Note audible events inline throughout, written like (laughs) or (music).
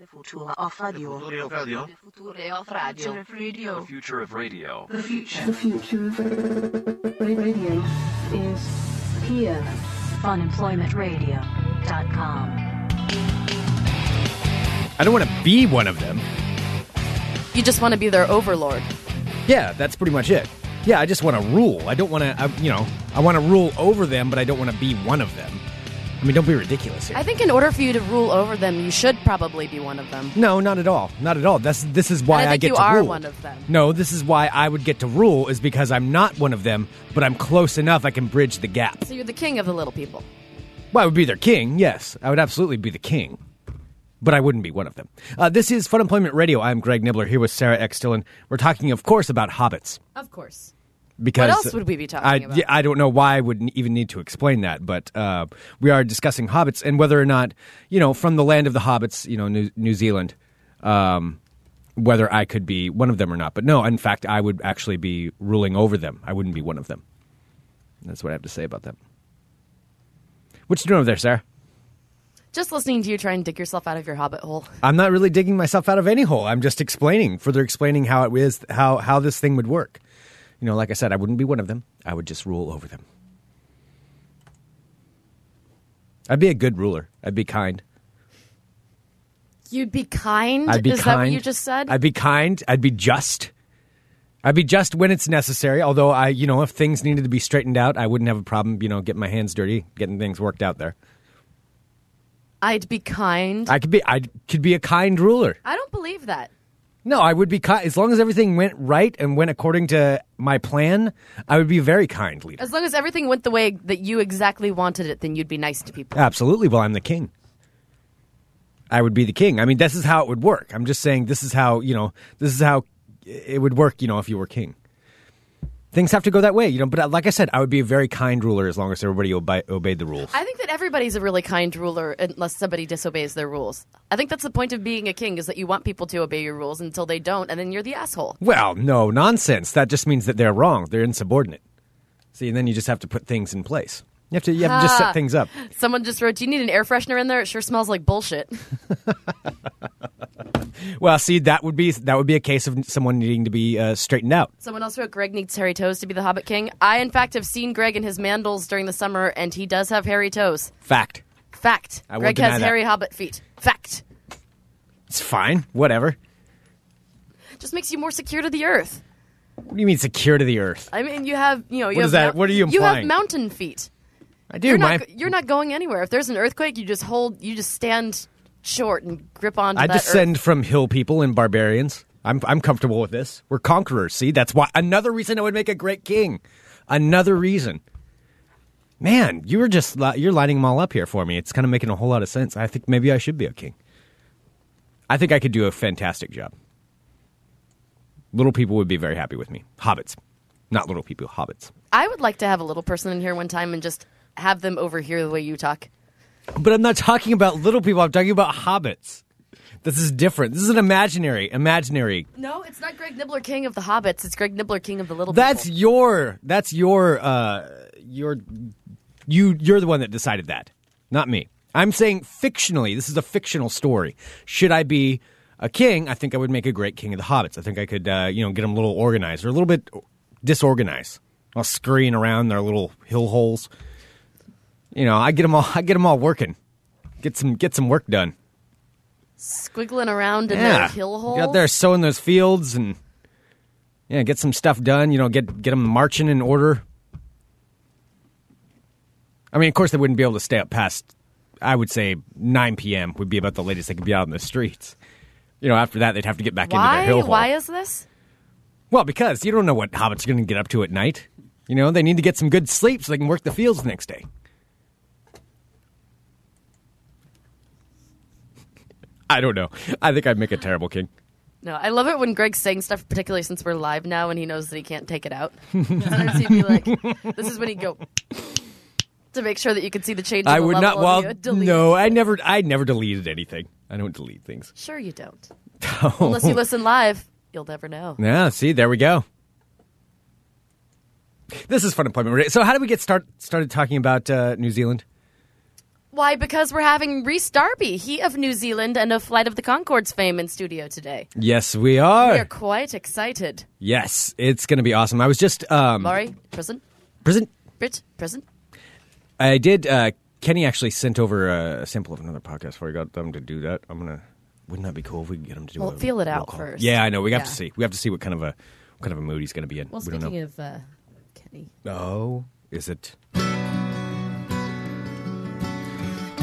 The future of radio. Future of radio. future of radio. The future of radio. The future. The future of ra- ra- radio is here. Funemploymentradio.com. I don't want to be one of them. You just want to be their overlord. Yeah, that's pretty much it. Yeah, I just want to rule. I don't want to, I, you know, I want to rule over them, but I don't want to be one of them. I mean, don't be ridiculous here. I think in order for you to rule over them, you should probably be one of them. no, not at all. Not at all. That's this is why And I I, think get you to are rule. one of them. No, this is why I would get to rule is because I'm not one of them, but I'm close enough. I can bridge the gap. So you're the king of the little people. Well, I would be their king, yes. I would absolutely be the king. But I wouldn't be one of them. Uh, this is Fun Employment Radio. I'm Greg Nibbler here with Sarah X. Dillon. We're talking, of course, about hobbits. Of course. Because else would we be talking I, about? yeah, I don't know why I would n- even need to explain that, but uh, we are discussing hobbits and whether or not, you know, from the land of the hobbits, you know, New, New Zealand, um, whether I could be one of them or not. But no, in fact, I would actually be ruling over them. I wouldn't be one of them. That's what I have to say about that. What you doing over there, Sarah? Just listening to you try and dig yourself out of your hobbit hole. I'm not really digging myself out of any hole. I'm just explaining, further explaining how it is, how how this thing would work. You know, like I said, I wouldn't be one of them. I would just rule over them. I'd be a good ruler. I'd be kind. You'd be kind? I'd be Is kind. that what you just said? I'd be kind. I'd be just. I'd be just when it's necessary. Although I, you know, if things needed to be straightened out, I wouldn't have a problem. You know, getting my hands dirty, getting things worked out there. I'd be kind. I could be. I could be a kind ruler. I don't believe that. No, I would be kind. As long as everything went right and went according to my plan, I would be a very kind leader. As long as everything went the way that you exactly wanted it, then you'd be nice to people. Absolutely. Well, I'm the king. I would be the king. I mean, this is how it would work. I'm just saying this is how, you know, this is how it would work, you know, if you were king. Things have to go that way, you know. But uh, like I said, I would be a very kind ruler as long as everybody obe- obeyed the rules. I think that everybody's a really kind ruler unless somebody disobeys their rules. I think that's the point of being a king is that you want people to obey your rules until they don't, and then you're the asshole. Well, no, nonsense. That just means that they're wrong. They're insubordinate. See, and then you just have to put things in place. You have to, you have to just set things up. Someone just wrote, "Do you need an air freshener in there? It sure smells like bullshit." (laughs) Well, see, that would be that would be a case of someone needing to be uh, straightened out. Someone else wrote, "Greg needs hairy toes to be the Hobbit king." I, in fact, have seen Greg in his mandals during the summer, and he does have hairy toes. Fact. Fact. I won't Greg deny has that. hairy Hobbit feet. Fact. It's fine. Whatever. Just makes you more secure to the earth. What do you mean secure to the earth? I mean, you have you know. What You have is that? mou- What are you You have implying? mountain feet. I do. You're my not. You're not going anywhere. If there's an earthquake, you just hold. You just stand short and grip onto I that. earth. descend from hill people and barbarians. I'm I'm comfortable with this. We're conquerors. See, that's why another reason I would make a great king. Another reason. Man, you were just li- you're lining them all up here for me. It's kind of making a whole lot of sense. I think maybe I should be a king. I think I could do a fantastic job. Little people would be very happy with me. Hobbits, not little people. Hobbits. I would like to have a little person in here one time and just have them overhear the way you talk. But I'm not talking about little people. I'm talking about hobbits. This is different. This is an imaginary, imaginary. No, it's not Greg Nibbler, king of the hobbits. It's Greg Nibbler, king of the little. That's people. your. That's your. Uh, your. You. You're the one that decided that, not me. I'm saying fictionally. This is a fictional story. Should I be a king? I think I would make a great king of the hobbits. I think I could, uh, you know, get them a little organized or a little bit disorganized, all scurrying around their little hill holes. You know, I get them all. I get them all working. Get some. Get some work done. squiggling around in their hill hole. Get out there sowing those fields and yeah, get some stuff done. You know, get get them marching in order. I mean, of course, they wouldn't be able to stay up past. I would say 9 p.m. would be about the latest they could be out in the streets. You know, after that, they'd have to get back into their Why? hill hole. Why is this? well, because you don't know what hobbits are going to get up to at night. You know, they need to get some good sleep so they can work the fields the next day. (laughs) I don't know. I think I'd make a terrible king. No, I love it when Greg's saying stuff, particularly since we're live now and he knows that he can't take it out. (laughs) Sometimes he'd be like, "This is when he'd go." (laughs) To make sure that you could see the change. in I the would not. level Well, of you. Delete. no, I never. I never deleted anything. I don't delete things. Sure, you don't. Unless you listen live, you'll never know. Yeah. See, there we go. This is fun employment. Radio. So, how did we get start started talking about uh, New Zealand? Why? Because we're having Reese Darby, he of New Zealand and of Flight of the Concords fame in studio today. Yes, we are. We are quite excited. Yes, it's going to be awesome. I was just um Laurie, present. present. Brit, present. I did. Uh, Kenny actually sent over a sample of another podcast before I got them to do that. I'm gonna. Wouldn't that be cool if we could get him to do? Well, a feel it roll out call? first. Yeah, I know. We have to Yeah. see. We have to see what kind of a what kind of a mood he's going to be in. Well, we don't speaking know. of uh, Kenny, oh, is it?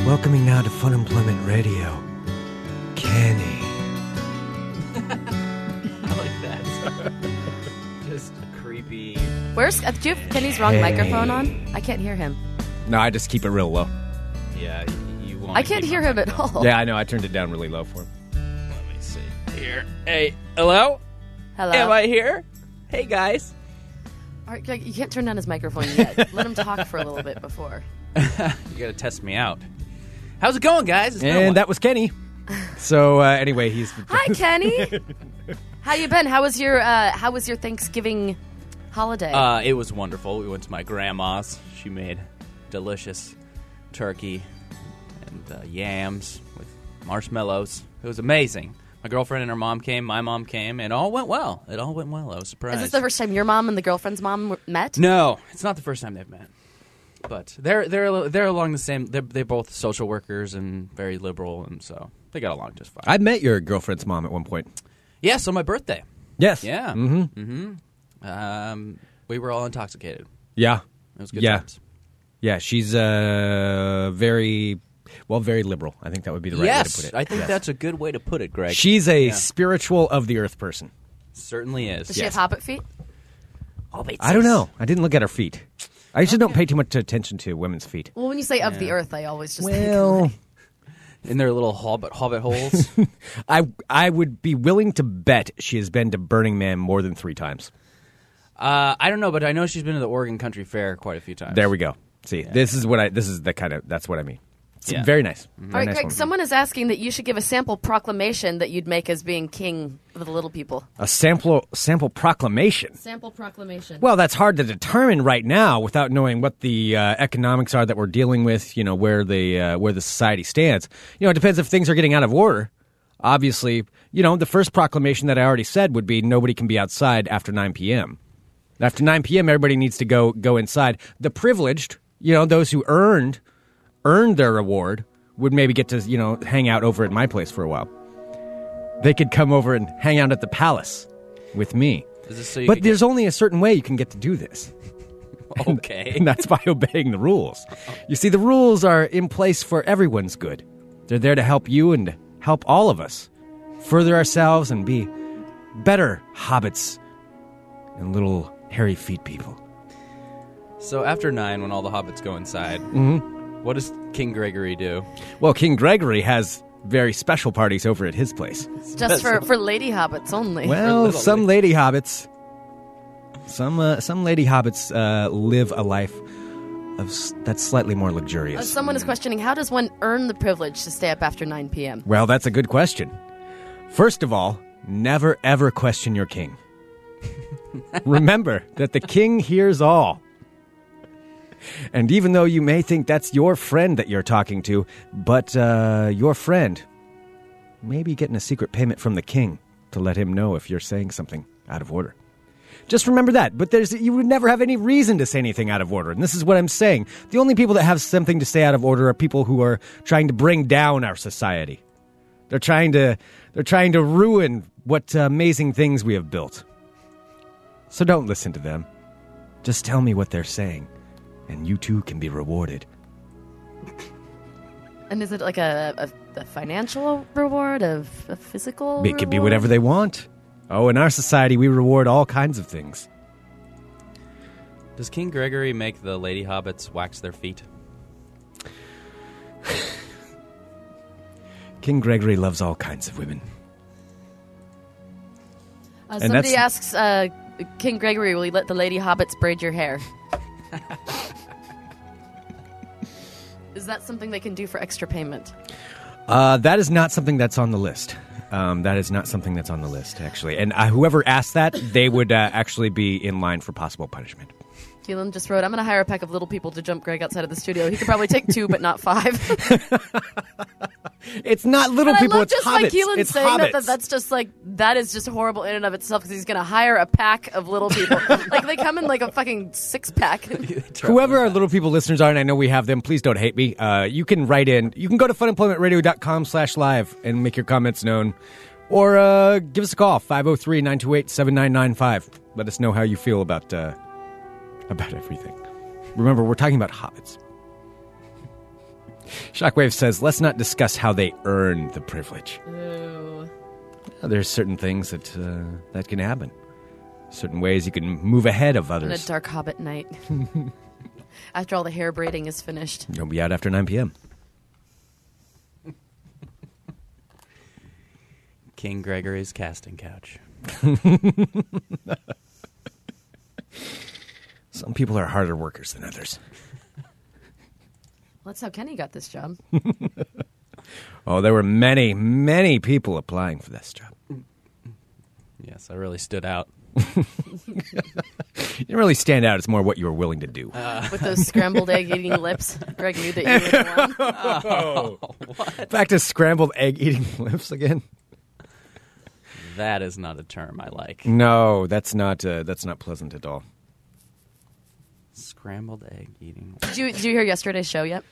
Welcoming now to Fun Employment Radio, Kenny. (laughs) I like that. (laughs) Just creepy. Where's uh, do you have Kenny's wrong Hey. microphone on? I can't hear him. No, I just keep it real low. Yeah, y- you want. I can't hear him at all. Yeah, I know. I turned it down really low for him. Let me see here. Hey, hello. (laughs) Uh-huh. Hello. Am I here? Hey guys. All right, you can't turn down his microphone yet. Let him talk for a little bit before. You gotta test me out. How's it going, guys? It's been a while. And that was Kenny. Oh, (laughs) So uh, anyway, he's Hi, Kenny. how you been? How was your uh, How was your Thanksgiving holiday? Uh, it was wonderful. We went to my grandma's. She made delicious turkey and uh, yams with marshmallows. It was amazing. My girlfriend and her mom came. My mom came. It all went well. It all went well. I was surprised. Is this the first time your mom and the girlfriend's mom were- met? No, it's not the first time they've met. But they're they're they're along the same. They're, they're both social workers and very liberal, and so they got along just fine. I met your girlfriend's mom at one point. yeah. So my birthday. Yes. Yeah. Mm-hmm. Mm-hmm. Um, we were all intoxicated. Yeah. It was good yeah. times. Yeah. She's uh very well, very liberal. I think that would be the right way yes, to put it. I think that's a good way to put it, Greg. She's a Yeah. spiritual of the earth person. certainly is. Does she have hobbit feet? I don't know. I didn't look at her feet. I usually don't pay too much attention to women's feet. Well, when you say of the earth, I always just think. Well, in their little hobbit (laughs) hobbit holes. Uh, I I would be willing to bet she has been to Burning Man more than three times. uh, I don't know, but I know she's been to the Oregon Country Fair quite a few times. There we go. See, this is what I this is the kind of that's what I mean. It's Yeah. Very nice. All Very right, nice Greg. woman. Someone is asking that you should give a sample proclamation that you'd make as being king of the little people. a sample sample proclamation. sample proclamation. Well, that's hard to determine right now without knowing what the uh, economics are that we're dealing with. You know where the uh, where the society stands. You know it depends if things are getting out of order. Obviously, you know the first proclamation that I already said would be nobody can be outside after 9 p.m. After 9 p.m., everybody needs to go go inside. The privileged, you know, those who earned earned their reward would maybe get to you know hang out over at my place for a while. They could come over and hang out at the palace with me Is this so you but could there's only a certain way you can get to do (laughs) this, get- okay. (laughs) and that's by obeying the rules. You see, the rules are in place for everyone's good. They're there to help you and to help all of us further ourselves and be better hobbits and little hairy feet people. So after nine, when all the hobbits go inside, Mm-hmm. what does King Gregory do? Well, King Gregory has very special parties over at his (laughs) place. It's just for, for lady hobbits only. Well, little some lady hobbits, some uh, some lady hobbits uh, live a life of s- that's slightly more Uh, luxurious. Someone is questioning how does one earn the privilege to stay up after 9 p.m.? Well, that's a good question. First of all, never ever question your king. Remember that the king hears all. And even though you may think that's your friend that you're talking to, but uh, your friend may be getting a secret payment from the king to let him know if you're saying something out of order. Just remember that. But there's you would never have any reason to say anything out of order. And this is what I'm saying. The only people that have something to say out of order are people who are trying to bring down our society. They're trying to they're trying to ruin what uh, amazing things we have built. So don't listen to them. Just tell me what they're saying, and you too can be rewarded. And is it like a, a, a financial reward, a, a physical? It could be whatever they want. Oh, in our society, we reward all kinds of things. Does King Gregory make the lady hobbits wax their feet? King Gregory loves all kinds of women. Uh, and Somebody that's- asks uh, King Gregory, will you let the lady hobbits braid your hair? (laughs) is that something they can do for extra payment? Uh, that is not something that's on the list. Um, that is not something that's on the list, actually. And uh, whoever asked that, they would uh, actually be in line for possible punishment. Keelan just wrote, I'm going to hire a pack of little people to jump Greg outside of the studio. He could probably take two, but not five. (laughs) (laughs) It's not little but I people. love it's just hobbits. like Keelan it's saying that, hobbits. that that's just like, that is just horrible in and of itself because he's going to hire a pack of little people. (laughs) like they come in like a fucking six (laughs) pack. Whoever our little people listeners are, and I know we have them, please don't hate me. Uh, you can write in. You can go to funemploymentradio.com slash live and make your comments known. Or uh, give us a call, 503-928-7995. Let us know how you feel about uh, about everything. Remember, we're talking about hobbits. (laughs) Shockwave says, let's not discuss how they earn the privilege. Ooh. There's certain things that uh, that can happen. Certain ways you can move ahead of On a others. dark hobbit (laughs) night. After all the hair braiding is finished. You'll be out after 9 p.m. King Gregory's casting couch. Some people are harder workers than others. Well, that's how Kenny got this (laughs) job. Oh, there were many, many people applying for this job. Yes, I really stood out. You didn't really stand out. It's more what you were willing to do. With those scrambled egg eating lips. Greg knew that you were the (laughs) one. Back to scrambled egg eating (laughs) lips again. That is not a term I like. No, that's not uh, that's not pleasant at all. Scrambled egg eating. Did you, did you hear yesterday's show yet?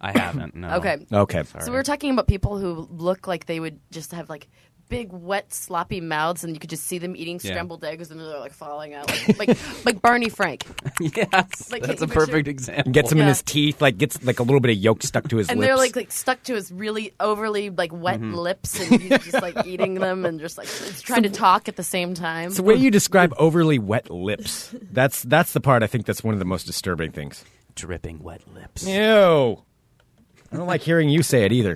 I haven't. No. Okay. Okay, So we were talking about people who look like they would just have like big wet sloppy mouths and you could just see them eating Yeah. scrambled eggs and they're like falling out like like, (laughs) like Barney Frank. (laughs) yes, Like, that's you a picture- perfect example. gets him in Yeah. his teeth. Like gets like a little bit of yolk stuck to his And lips. they're like like stuck to his really overly like wet Mm-hmm. lips and he's just like eating them and just like trying to talk at the same time. the way (laughs) you describe overly wet lips. That's that's the part I think that's one of the most disturbing things. dripping wet lips. Ew. I don't like hearing you say it either.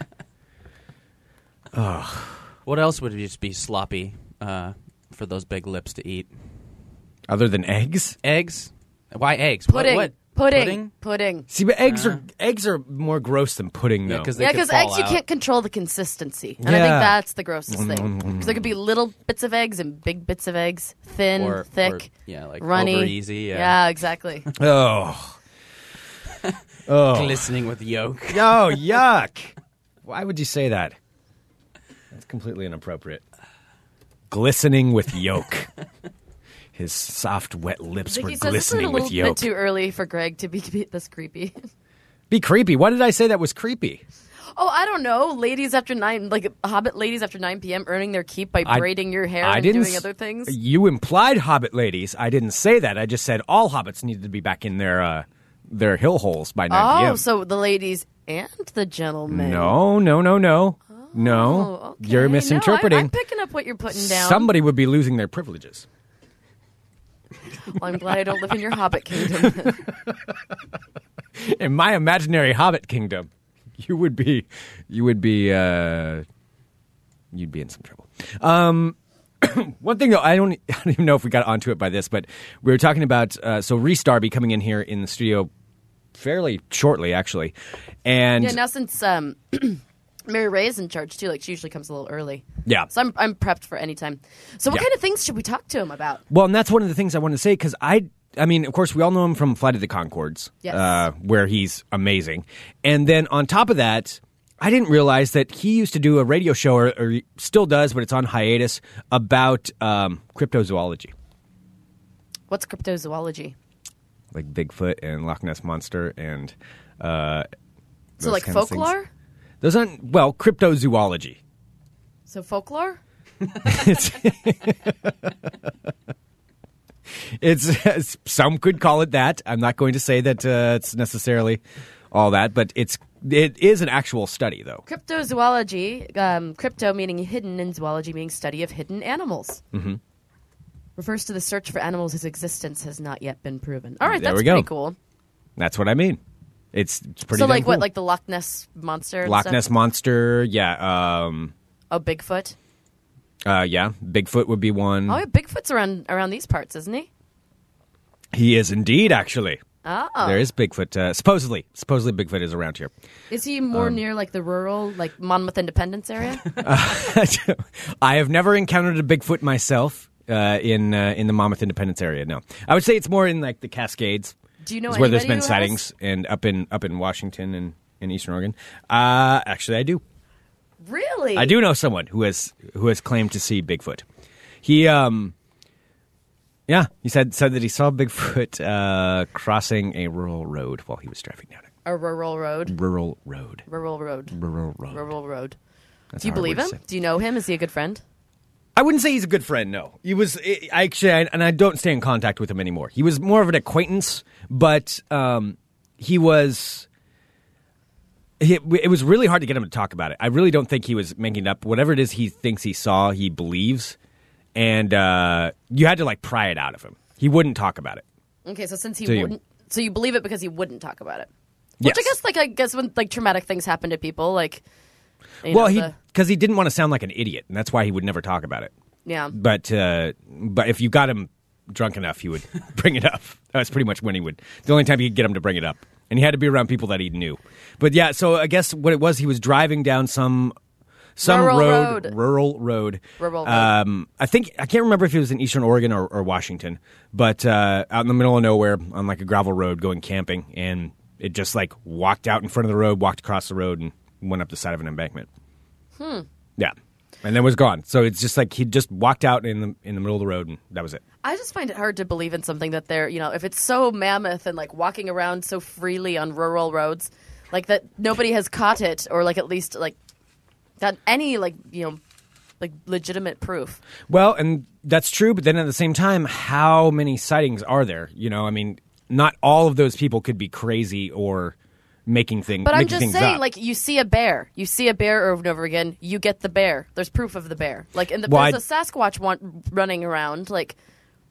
What else would just be sloppy uh, for those big lips to eat? Other than eggs. Eggs? Why eggs? What- pudding, What? pudding. Pudding. See, but eggs are eggs are more gross than pudding, though. Yeah, because Yeah, because eggs you can't control the consistency, and Yeah. I think that's the grossest thing. Because there could be little bits of eggs and big bits of eggs, thin, Or- Mm, thick, or, yeah, like runny, over easy, (laughs) yeah. exactly. oh. glistening with yolk. Oh, yuck. Why would you say that? That's completely inappropriate. Glistening with yolk. His soft, wet lips were Vicky says this is a glistening little with yolk. bit too early for Greg to be, (laughs) be this creepy. Be creepy. Why did I say that was creepy? Oh, I don't know, ladies after nine, like Hobbit ladies after nine p.m. earning their keep by I- braiding your hair I and didn't doing s- other things. You implied hobbit ladies. I didn't say that. I just said all hobbits needed to be back in their uh, their hill holes by 9 Oh, p.m. so the ladies and the gentlemen. no, no, no, no. Oh, no. okay. You're No, I- misinterpreting. I'm picking up what you're putting down. Somebody would be losing their privileges. Well, I'm glad I don't live in (laughs) your Hobbit kingdom. in my imaginary hobbit kingdom you would be you would be uh you'd be in some trouble um (coughs) one thing though i don't (laughs) i don't even know if we got onto it by this but we were talking about uh so reese darby coming in here in the studio fairly shortly actually and Yeah, now since um, (clears throat) Mary Ray is in charge too, like she usually comes a little early. Yeah. So I'm, I'm prepped for any time. So what Yeah. kind of things should we talk to him about? Well, and that's one of the things I wanted to say because I, I mean, of course, we all know him from Flight of the Concords, Yes. uh, where he's amazing. And then on top of that, I didn't realize that he used to do a radio show, or, or he still does, but it's on hiatus, about um, cryptozoology, What's cryptozoology? like Bigfoot and Loch Ness Monster and. Uh, So those like kinds of things. folklore? Those aren't, well, cryptozoology. So folklore? It's (laughs) some could call it that. I'm not going to say that uh, it's necessarily all that, but it's it is an actual study though. Cryptozoology, um, crypto meaning hidden and zoology meaning study of hidden animals. Mm-hmm. Refers to the search for animals whose existence has not yet been proven. All right, There that's we go. pretty cool. That's what I mean. It's, it's pretty. so like damn what, cool. like the Loch Ness monster? and Loch stuff? Ness monster? Yeah, um, Oh, Bigfoot. uh, yeah. Bigfoot would be one. Oh, yeah, Bigfoot's around around these parts, isn't he? He is indeed, actually. Oh, There is Bigfoot. Uh, supposedly, supposedly Bigfoot is around here. (laughs) Is he more Um, near like the rural, like Monmouth Independence (laughs) area? I have never encountered a Bigfoot myself uh, in uh, in the Monmouth Independence area. No, I would say it's more in like the Cascades Do you know is where there's anybody been who has- sightings and up in up in Washington and in Eastern Oregon. Uh, actually, I do. Really? I do know someone who has who has claimed to see Bigfoot. He um yeah, he said said that he saw Bigfoot uh, crossing a rural road while he was driving down a A rural road. rural road. Rural road. Rural road. Rural road. That's Do you a hard believe word him? to say. Do you know him? Is he a good friend? I wouldn't say he's a good friend. No, he was. I I actually, I, and I don't stay in contact with him anymore. He was more of an acquaintance, but um, he was. He, it was really hard to get him to talk about it. I really don't think he was making it up. Whatever it is he thinks he saw, he believes, and uh, you had to like pry it out of him. He wouldn't talk about it. Okay, so since he Do you- wouldn't, so you believe it because he wouldn't talk about it. Which I Yes. guess, like, I guess when like traumatic things happen to people, like, you well, know, he the- because he didn't want to sound like an idiot, and that's why he would never talk about it. yeah, but uh, but if you got him drunk enough, he would (laughs) bring it up. That's pretty much when he would. The only time you could get him to bring it up, and he had to be around people that he knew. But yeah, so I guess what it was, he was driving down some some Rural road, road. rural road. Rural road. Um, I think I can't remember if it was in Eastern Oregon or, or Washington, but uh, out in the middle of nowhere on like a gravel road, going camping, and it just like walked out in front of the road, walked across the road, and went up the side of an embankment. Hmm. Yeah. And then was gone. So it's just like he just walked out in the in the middle of the road and that was it. I just find it hard to believe in something that they're, you know, if it's so mammoth and like walking around so freely on rural roads, like that nobody has caught it or like at least like got any like you know like legitimate proof. Well, and that's true, but then at the same time, how many sightings are there? You know, I mean, not all of those people could be crazy or making thing, But making I'm things. just saying, up. like you see a bear, you see a bear over and over again, you get the bear. There's proof of the bear. Like in the Well, there's I- a Sasquatch want, running around. Like,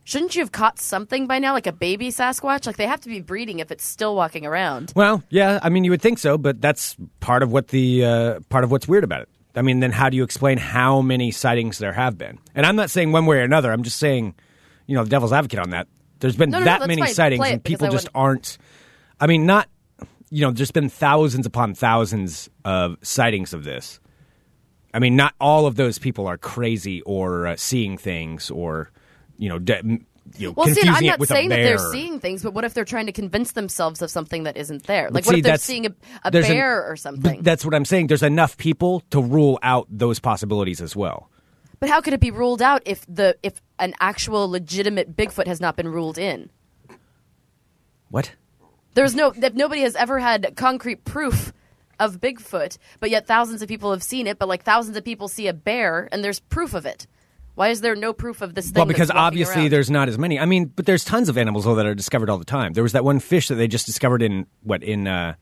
shouldn't you have caught something by now? Like a baby Sasquatch. Like they have to be breeding if it's still walking around. Well, yeah, I mean, you would think so, but that's part of what the uh, part of what's weird about it. I mean, then how do you explain how many sightings there have been? And I'm not saying one way or another. I'm just saying, you know, the devil's advocate on that. There's been No, no, no, that that's many fine. sightings, Play it, and because people I just wouldn't- aren't. I mean, not. You know, there's been thousands upon thousands of sightings of this. I mean, not all of those people are crazy or uh, seeing things or, you know, de- m- you know Well, see, confusing I'm it not with a saying that they're bear. seeing things, but what if they're trying to convince themselves of something that isn't there? Like, But what see, if they're that's- seeing a, a there's an- bear or something? But that's what I'm saying. There's enough people to rule out those possibilities as well. but how could it be ruled out if the if an actual legitimate Bigfoot has not been ruled in? What? There's no that nobody has ever had concrete proof of Bigfoot, but yet thousands of people have seen it. But like thousands of people see a bear, and there's proof of it. Why is there no proof of this thing? Well, because that's walking obviously around? there's not as many. I mean, but there's tons of animals though that are discovered all the time. There was that one fish that they just discovered in what in uh,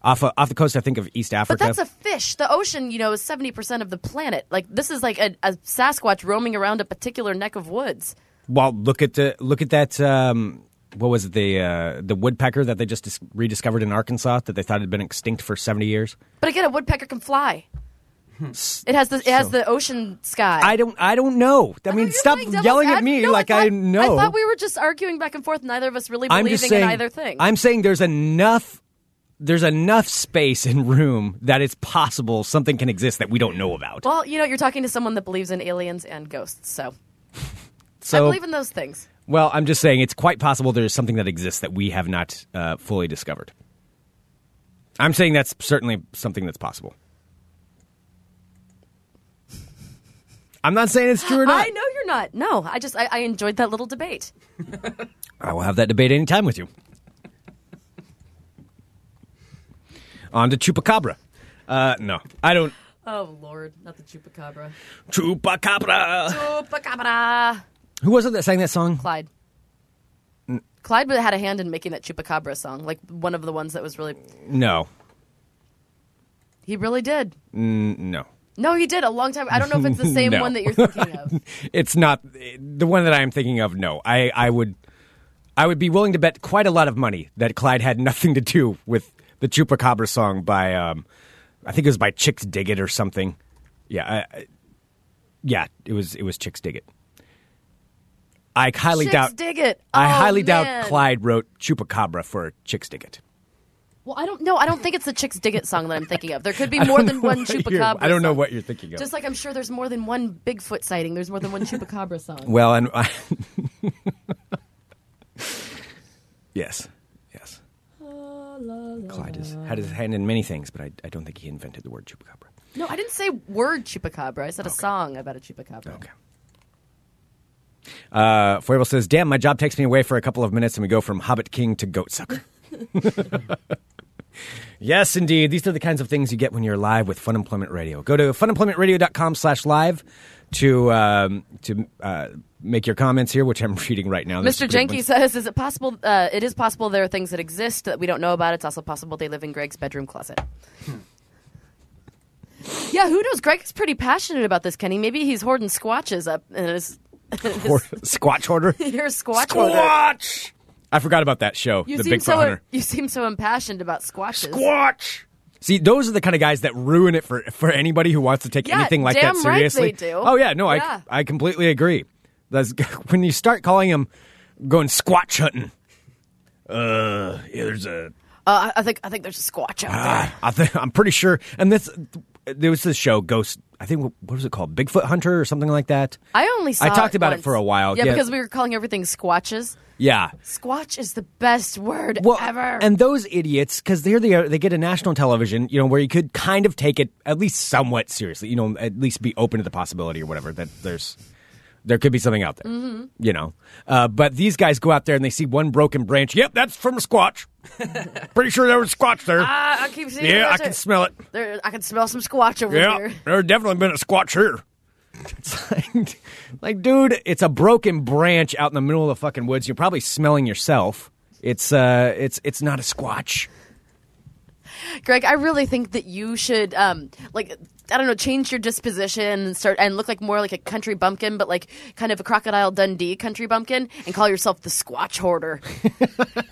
off of, off the coast, I think of East Africa. But that's a fish. The ocean, you know, is seventy percent of the planet. Like this is like a, a Sasquatch roaming around a particular neck of woods. well, look at the look at that. Um, what was it the uh, the woodpecker that they just dis- rediscovered in Arkansas that they thought had been extinct for 70 years? But again, a woodpecker can fly. It has the it has the ocean sky. Hmm. I don't I don't know. I, mean, You're stop playing devil's yelling at ad- me No, like I, thought- know. I thought we were just arguing back and forth. Neither of us really believing I'm just saying. in either thing. I'm saying there's enough. There's enough space and room that it's possible something can exist that we don't know about. well, you know, you're talking to someone that believes in aliens and ghosts, so I so, believe in those things. well, I'm just saying it's quite possible there's something that exists that we have not uh, fully discovered. I'm saying that's certainly something that's possible. I'm not saying it's true or not. I know you're not. No, I just I, I enjoyed that little debate. I will have that debate anytime with you. On to Chupacabra. Uh, no, I don't. Oh Lord, not the chupacabra. Chupacabra. Chupacabra. Who was it that sang that song? Clyde. Clyde had a hand in making that chupacabra song, like one of the ones that was really. No, He really did. no, No, he did a long time. I don't know (laughs) if it's the same No. one that you're (laughs) thinking of. it's not the one that I am thinking of. No, I, I would, I would be willing to bet quite a lot of money that Clyde had (laughs) nothing to do with the Chupacabra song by, um, I think it was by Chicks Diggit or something. Yeah, I, I- yeah, it was it was Chicks Diggit. I highly Chicks doubt. dig it. I Oh, highly man. doubt Clyde wrote Chupacabra for Chicks Diggit. Well, I don't know. I don't think it's the Chicks Dig It song that I'm thinking of. There could (laughs) be more than one chupacabra. I don't know song. what you're thinking of. Just like I'm sure there's more than one Bigfoot sighting. There's more (laughs) than one chupacabra song. Well, and I (laughs) yes, Clyde has had his hand in many things, but I, I don't think he invented the word chupacabra. No, I didn't say word chupacabra. I said a song about a chupacabra. Okay. Uh, Foible says, "Damn, my job takes me away for a couple of minutes, and we go from Hobbit King to Goat Sucker." (laughs) yes, indeed. These are the kinds of things you get when you're live with Fun Employment Radio. Go to funemploymentradio.com/live to um, to uh, make your comments here, which I'm (laughs) reading right now. There's some Mr. good Jenke ones. says, "Is it possible? Uh, it is possible. There are things that exist that we don't know about. It's also possible they live in Greg's bedroom closet." Hmm. yeah, who knows? Greg is pretty passionate about this, Kenny. Maybe he's hoarding squatches up and his (laughs) Or- (laughs) Squatch hoarder. here's (laughs) squatch. holder. Squatch. I forgot about that show, You The seem Bigfoot so (laughs) Hunter. you seem so impassioned about squatches. Squatch. See, those are the kind of guys that ruin it for for anybody who wants to take Yeah, anything like damn that right they seriously. do. Oh yeah, no, Yeah. I I completely agree. That's (laughs) when you start calling them going squatch hunting. Uh, yeah, there's a Uh, I- I think I think there's a squatch out there. Ah, I th- (laughs) I'm pretty sure. And this there was this show Ghost. I think what was it called? Bigfoot Hunter or something like that. I only saw. I talked about it once. for a while, Yeah, yeah. because we were calling everything squatches. Yeah. Squatch is the best word Well, ever. and those idiots, because they're the they get a national television, you know, where you could kind of take it at least somewhat seriously, you know, at least be open to the possibility or whatever that there's there could be something out there, Mm-hmm. you know. Uh, but these guys go out there and they see one broken branch. Yep, that's from a (laughs) squatch. Pretty sure there was a squatch there. Ah, I keep seeing. yeah, I there's can a- smell it. There, I can smell some squatch over Yeah, here. there definitely been a squatch here. It's like, like, dude, it's a broken branch out in the middle of the fucking woods. You're probably smelling yourself. It's uh, it's it's not a squatch. Greg, I really think that you should, um, like, I don't know, change your disposition and start and look like more like a country bumpkin, but like kind of a crocodile Dundee country bumpkin, and call yourself the (laughs) Squatch Hoarder,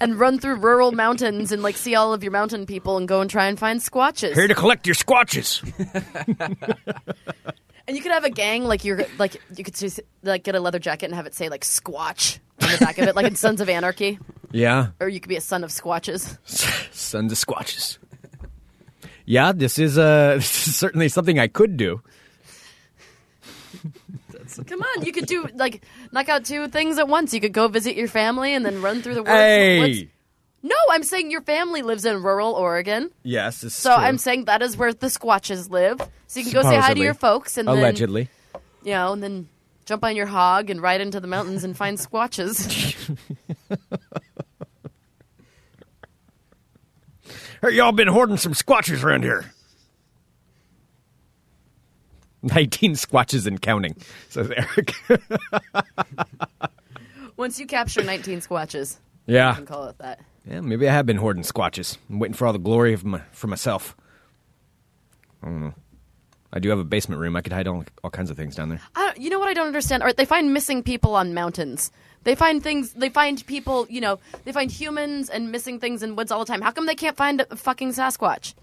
and run through rural mountains and like see all of your mountain people and go and try and find squatches. Here to collect your squatches. and you could have a gang like you're like you could just, like get a leather jacket and have it say like Squatch on the back of it, like in Sons of Anarchy, (laughs) Yeah, or you could be a son of Squatches. sons of squatches. Yeah, this is uh, (laughs) this is certainly something I could do. Come on, you could do like knock out two things at once. You could go visit your family and then run through the woods. What's- Hey, No, I'm saying your family lives in rural Oregon. yes, this is So true. I'm saying that is where the squatches live. So you can go say hi to Supposedly. your folks and allegedly. then you know, and then jump on your hog and ride into the mountains and (laughs) find squatches. Hey, y'all been hoarding some squatches around here. (laughs) Nineteen squatches and counting, says Eric. Once you capture 19 squatches, (laughs) you yeah, can call it that. yeah. Maybe I have been hoarding squatches. I'm waiting for all the glory of my, for myself. I don't know. I do have a basement room. I could hide all, all kinds of things down there. I don't, you know what I don't understand? All right, they find missing people on mountains. They find things. They find people. You know, they find humans and missing things in woods all the time. How come they can't find a fucking Sasquatch?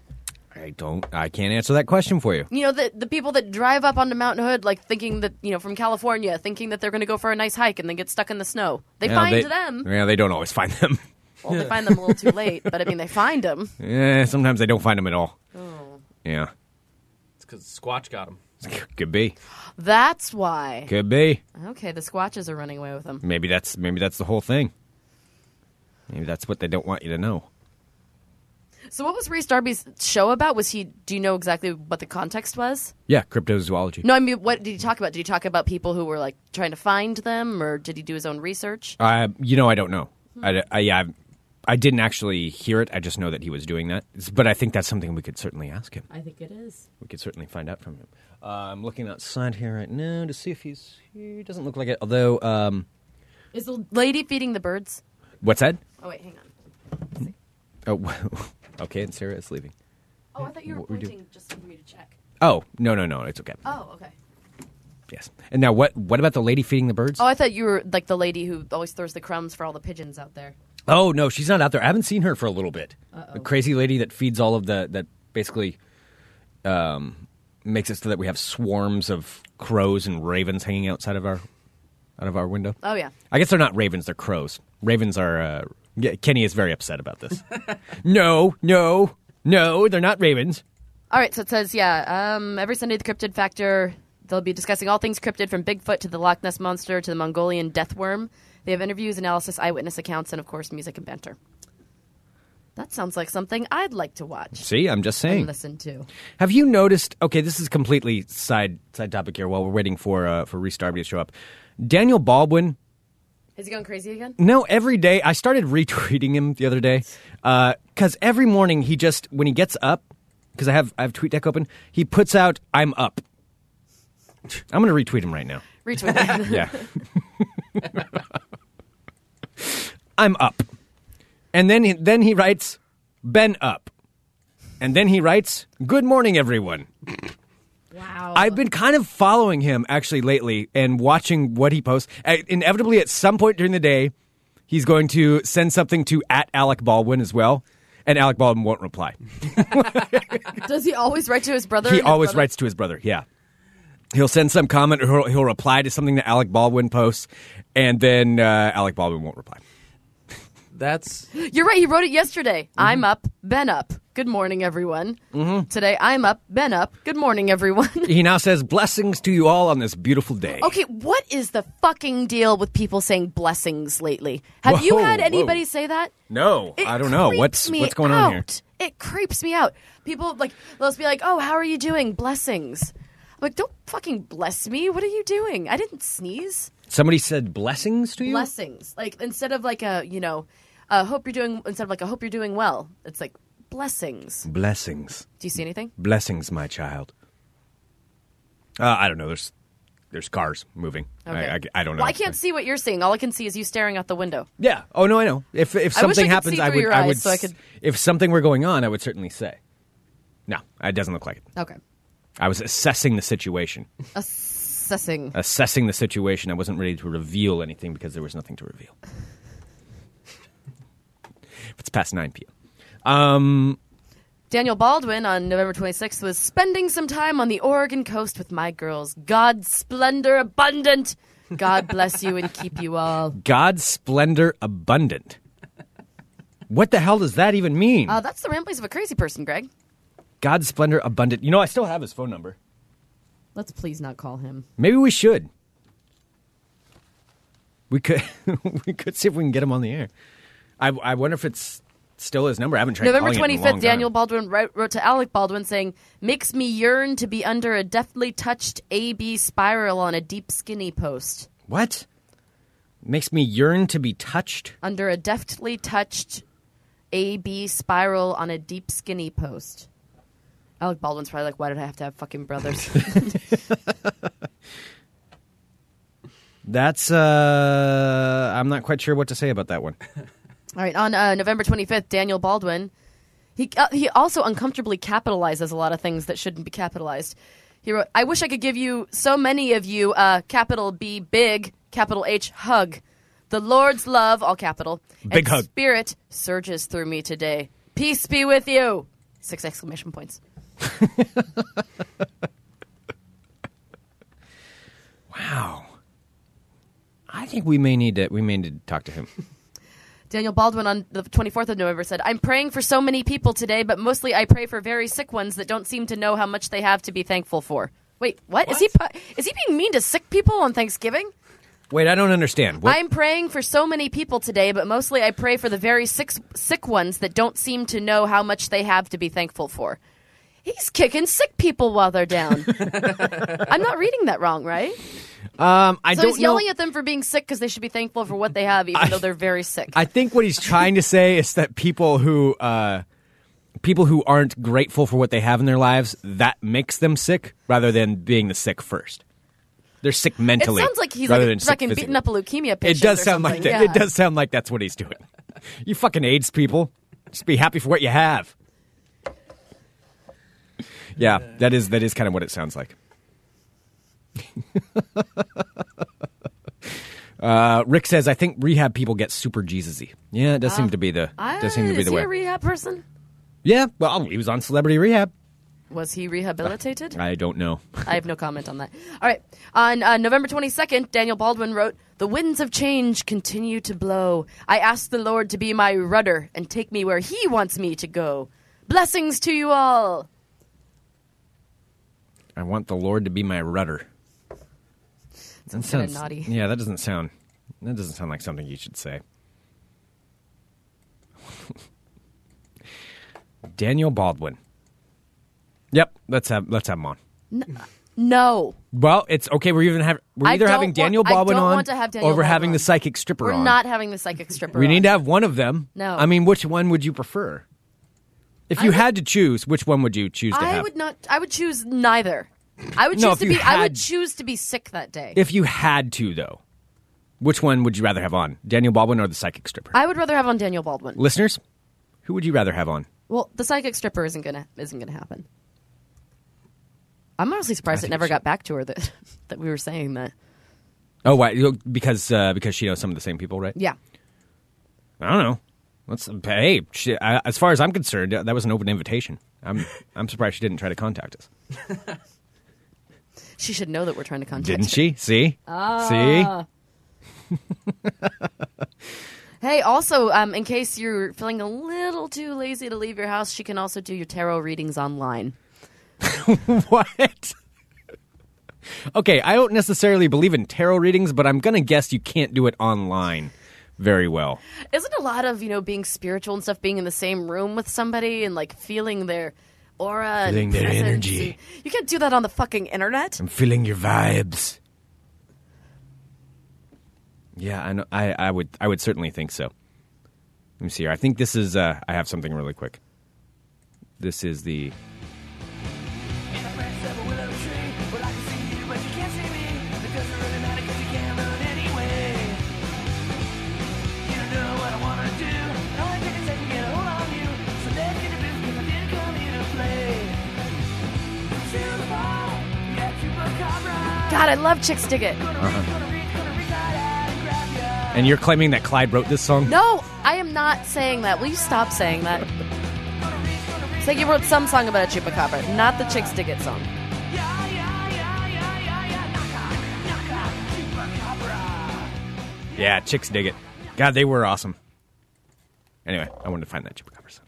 I don't. I can't answer that question for you. you know the the people that drive up onto Mount Hood, like thinking that you know from California, thinking that they're going to go for a nice hike and then get stuck in the snow. They Yeah, find they- (laughs) them. Yeah, they don't always find them. Well, they find them a little too late, but I mean they find them. Eh, sometimes they don't find them at all. (laughs) Yeah. It's because Squatch got him. Could be. That's why. Could be. Okay, the Squatches are running away with them. Maybe that's maybe that's the whole thing. Maybe that's what they don't want you to know. So what was Reese Darby's show about? Was he? Do you know exactly what the context was? Yeah, cryptozoology. No, I mean what did he talk about? Did he talk about people who were like trying to find them, or did he do his own research? Uh, you know, I don't know. I, I, yeah, I, I didn't actually hear it. I just know that he was doing that. It's- But I think that's something we could certainly ask him. I think it is. We could certainly find out from him. Uh, I'm looking outside here right now to see if he's here. Doesn't look like it. Although, um, Is the lady feeding the birds? what's that? Oh wait, hang on. Oh, (laughs) okay. And Sarah is leaving. Oh, I thought you were What we do- pointing just for me to check. Oh no no no! It's okay. Oh, okay. Yes. And now what? What about the lady feeding the birds? Oh, I thought you were like the lady who always throws the crumbs for all the pigeons out there. Oh no, she's not out there. I haven't seen her for a little bit. The crazy lady that feeds all of the that basically um, makes it so that we have swarms of crows and ravens hanging outside of our out of our window. Oh yeah. I guess they're not ravens; they're crows. Ravens are. Uh, yeah, Kenny is very upset about (laughs) this. no, no, no, they're not ravens. All right, so it says yeah. Um, every Sunday, the Cryptid Factor. They'll be discussing all things cryptid, from Bigfoot to the Loch Ness monster to the Mongolian death worm. They have interviews, analysis, eyewitness accounts, and of course, music and banter. That sounds like something I'd like to watch See, I'm just and saying. listen to. Have you noticed? Okay, this is completely side side topic here. While we're waiting for uh, for Reese Darby to show up, Daniel Baldwin. Is he going crazy again? No, every day I started retweeting him the other day because every morning he just when he gets up because I have I have TweetDeck open he puts out I'm up. I'm gonna retweet him right now. (laughs) Retweet. Yeah. (laughs) I'm up. And then he, then he writes, Ben up. And then he writes, Good morning, everyone. Wow. I've been kind of following him actually lately and watching what he posts. Uh, Inevitably, at some point during the day, he's going to send something to at Alec Baldwin as well. And Alec Baldwin won't reply. Does he always write to his brother? He and his always brother- writes to his brother. Yeah. He'll send some comment or he'll, he'll reply to something that Alec Baldwin posts, and then uh, Alec Baldwin won't reply. That's You're right. He wrote it yesterday. Mm-hmm. I'm up. Ben up. Good morning, everyone. Mm-hmm. Today, I'm up. Ben up. Good morning, everyone. (laughs) (laughs) He now says, Blessings to you all on this beautiful day. Okay, what is the fucking deal with people saying blessings lately? Have you Whoa, had whoa. anybody say that? No, It I don't know. creeps What's me what's going on here? out. It creeps me out. People like they'll just be like, "Oh, how are you doing? Blessings." I'm like, "Don't fucking bless me. What are you doing? I didn't sneeze." Somebody said blessings to you? Blessings. Like instead of like a, you know, uh, hope you're doing instead of like a hope you're doing well. It's like blessings. blessings. Do you see anything? Blessings, my child. Uh, I don't know. There's there's cars moving. I, I, I don't know. Well, I can't see what you're seeing. All I can see is you staring out the window. Yeah. Oh no, I know. If if I wish something I could happens, see I through would your I eyes would so I s- could- if something were going on, I would certainly say. No, it doesn't look like it. Okay. I was assessing the (laughs) situation. Assessing. Uh, assessing the situation. I wasn't ready to reveal anything because there was nothing to reveal. it's past 9 p.m. Daniel Baldwin on November 26th was spending some time on the Oregon coast with my girls. God splendor abundant. God bless you and keep (laughs) you all. God's splendor (laughs) abundant. What the hell does that even mean? Uh, that's the ramblings of a crazy person, Greg. God's splendor abundant. You know, I still have his phone number. Let's please not call him. Maybe we should. We could (laughs) we could see if we can get him on the air. I, I wonder if it's still his number. I haven't tried November calling it in a long 25th, Daniel time. Baldwin wrote, wrote to Alec Baldwin saying, Makes me yearn to be under a deftly touched AB spiral on a deep skinny post. What? Makes me yearn to be touched. Under a deftly touched AB spiral on a deep skinny post. Alec Baldwin's probably like, Why did I have to have fucking (laughs) brothers? (laughs) That's uh I'm not quite sure what to say about that one. All right, on uh, November 25th, Daniel Baldwin, he uh, he also uncomfortably capitalizes a lot of things that shouldn't be capitalized. He wrote, "I wish I could give you so many of you uh, capital B big capital H hug. The Lord's love, all capital, Big and hug. Spirit surges through me today. Peace be with you." Six exclamation points. Wow. I think we may need to we may need to talk to him. Daniel Baldwin on the 24th of November said, I'm praying for so many people today, but mostly I pray for very sick ones that don't seem to know how much they have to be thankful for. Wait, what? Is he pu- is he being mean to sick people on Thanksgiving? Wait, I don't understand. What, I'm praying for so many people today, but mostly I pray for the very sick sick ones that don't seem to know how much they have to be thankful for. He's kicking sick people while they're (laughs) down. I'm not reading that wrong, right? um, I So don't he's yelling know. at them for being sick because they should be thankful for what they have, even I- though they're very sick. I think what he's trying to say is that people who uh, people who aren't grateful for what they have in their lives that makes them sick, rather than being the sick first. They're sick It mentally. sounds like he's rather like than sick fucking beating physically. up a leukemia It patient. does or sound like something. that. Yeah. It does sound like that's what he's doing. You fucking AIDS people. Just be happy for what you have. Yeah, that is that is kind of what it sounds like. (laughs) uh, Rick says, "I think rehab people get super Jesusy." Yeah, it does seem to be the does seem to be is the he way. Oh. a rehab person? yeah, well, he was on Celebrity Rehab. Was he rehabilitated? I don't know. I have no comment on that. All right. On uh, November 22nd, Daniel Baldwin wrote, The winds of change continue to blow. I ask the Lord to be my rudder and take me where he wants me to go. Blessings to you all. I want the Lord to be my rudder. That Sounds kinda naughty. Yeah, that doesn't sound. That doesn't sound like something you should say. (laughs) Daniel Baldwin. Yep, let's have let's have him on. No, Well, it's okay. We're even have we're I either don't having want- Daniel I don't Baldwin on, want to have Daniel or we're having Baldwin the on. psychic stripper we're on. not having the psychic stripper. we on. need to have one of them. No. I mean, which one would you prefer? If you would- had to choose, which one would you choose to I have? would not. I would choose neither. I would choose No, if to you be. I had- would choose to be sick that day. If you had to, though, which one would you rather have on, Daniel Baldwin or the psychic stripper? I would rather have on Daniel Baldwin. Listeners, who would you rather have on? Well, the psychic stripper isn't gonna isn't gonna happen. I'm honestly surprised it think never it's- got back to her that (laughs) that we were saying that. Oh, why? you- Because uh, because she knows some of the same people, right? Yeah. I don't know. Let's hey, she, I, as far as I'm concerned, uh, that was an open invitation. I'm I'm surprised she didn't try to contact us. She should know that we're trying to contact Didn't her. she? See, see. Hey, also, um, in case you're feeling a little too lazy to leave your house, she can also do your tarot readings online. (laughs) What? okay, I don't necessarily believe in tarot readings, but I'm going to guess you can't do it online very well. Isn't a lot of, you know, being spiritual and stuff, being in the same room with somebody and like feeling their aura Feeling and their presence energy. Um, and- You can't do that on the fucking internet. I'm feeling your vibes. Yeah, I know. I, I would I would certainly think so. Let me see here. I think this is. Uh, I have something really quick. This is the. God, I love Chicks Dig It. And you're claiming that Clyde wrote this song? No, I am not saying that. Will you stop saying that? It's like you wrote some song about a chupacabra, not the Chicks Dig It song. Yeah, chicks dig it. God, they were awesome. Anyway, I wanted to find that chupacabra song.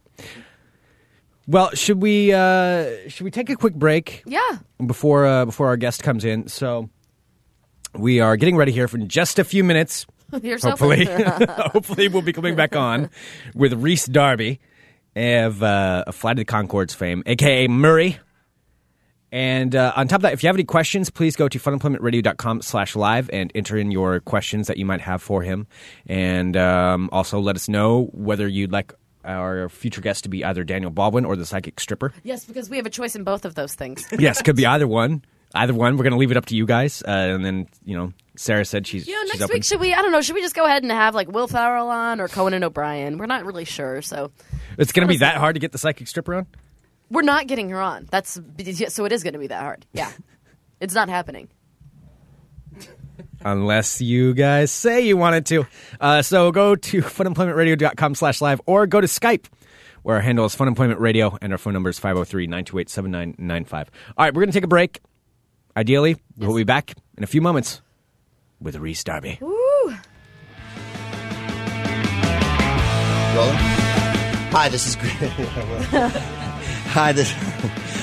Well, should we uh, should we take a quick break? Yeah. before uh, before our guest comes in. So we are getting ready here for just a few minutes. Here's Hopefully, (laughs) hoping. hopefully we'll be coming back on with Reese Darby of uh, of Flight of the Concords fame, aka Murray. And uh, on top of that, if you have any questions, please go to funemploymentradio.com slash live and enter in your questions that you might have for him. And um, also let us know whether you'd like our future guest to be either Daniel Baldwin or the psychic (laughs) stripper. Yes, because we have a choice in both of those things. Yes, could be either one. Either one. We're going to leave it up to you guys. Uh, and then, you know, Sarah said she's. You know, she's next open. week should we? I don't know. Should we just go ahead and have like Will Farrell on or Conan O'Brien? We're not really sure, so It's going to be Honestly. that hard to get the psychic stripper on? we're not getting her on. That's so it is going to be that hard. (laughs) Yeah, it's not happening. Unless you guys say you wanted to. Uh, so go to (laughs) funemploymentradio.com slash live or go to Skype, where our handle is Fun Employment Radio and our phone number is 503 928 7995. All right, we're going to take a break. Ideally, we'll be back in a few moments with Reese Darby. Rolling. Hi, this is Greg. (laughs) Hi, this. (laughs)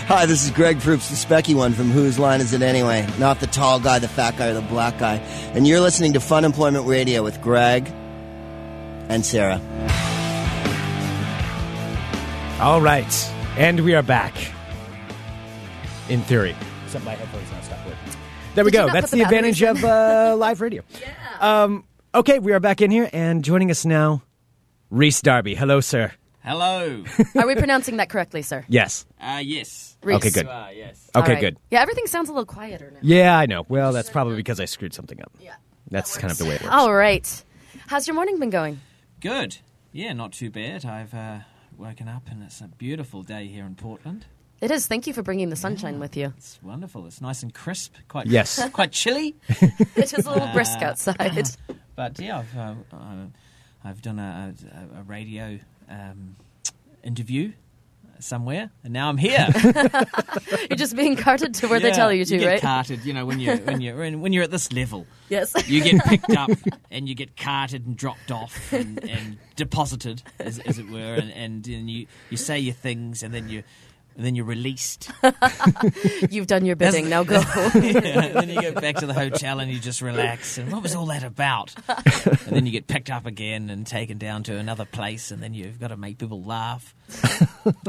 Hi, this is Greg Proops, the specky one from Whose Line Is It Anyway? Not the tall guy, the fat guy, or the black guy. And you're listening to Fun Employment Radio with Greg and Sarah. All right, and we are back. In theory. Except my headphones now stop working. There we Did you go. not That's put the the advantage of (laughs) uh, live radio. yeah. Um, okay, we are back in here, and joining us now, Reese Darby. Hello, sir. Hello. Are we pronouncing that correctly, sir? Yes. uh, yes. Reese. (laughs) Okay, good. You are, Ah, yes. All Okay, right. good. Yeah, everything sounds a little quieter now. Yeah, I know. Well, that's probably because I screwed something up. Yeah. Oh. That's kind of the way it works. All right. How's your morning been going? Good. Yeah, not too bad. I've uh, woken up and it's a beautiful day here in Portland. It is. Thank you for bringing the sunshine with you. It's wonderful. It's nice and crisp. Quite Yes. (laughs) quite chilly. It is a little (laughs) brisk outside. But yeah, I've uh, uh, I've done a, a, a radio um, interview somewhere, and now I'm here. You're just being carted to where (laughs) Yeah, they tell you to, get right? Carted, you know, when you when you when, when you're at this level, Yes. (laughs) you get picked up and you get carted and dropped off and, and deposited, as, as it were, and, and, then you you say your things and then you. And then you're released. You've done your bidding. Now go. Yeah, and (laughs) then you go back to the hotel and you just relax. And what was all that about? And then you get picked up again and taken down to another place. And then you've got to make people laugh.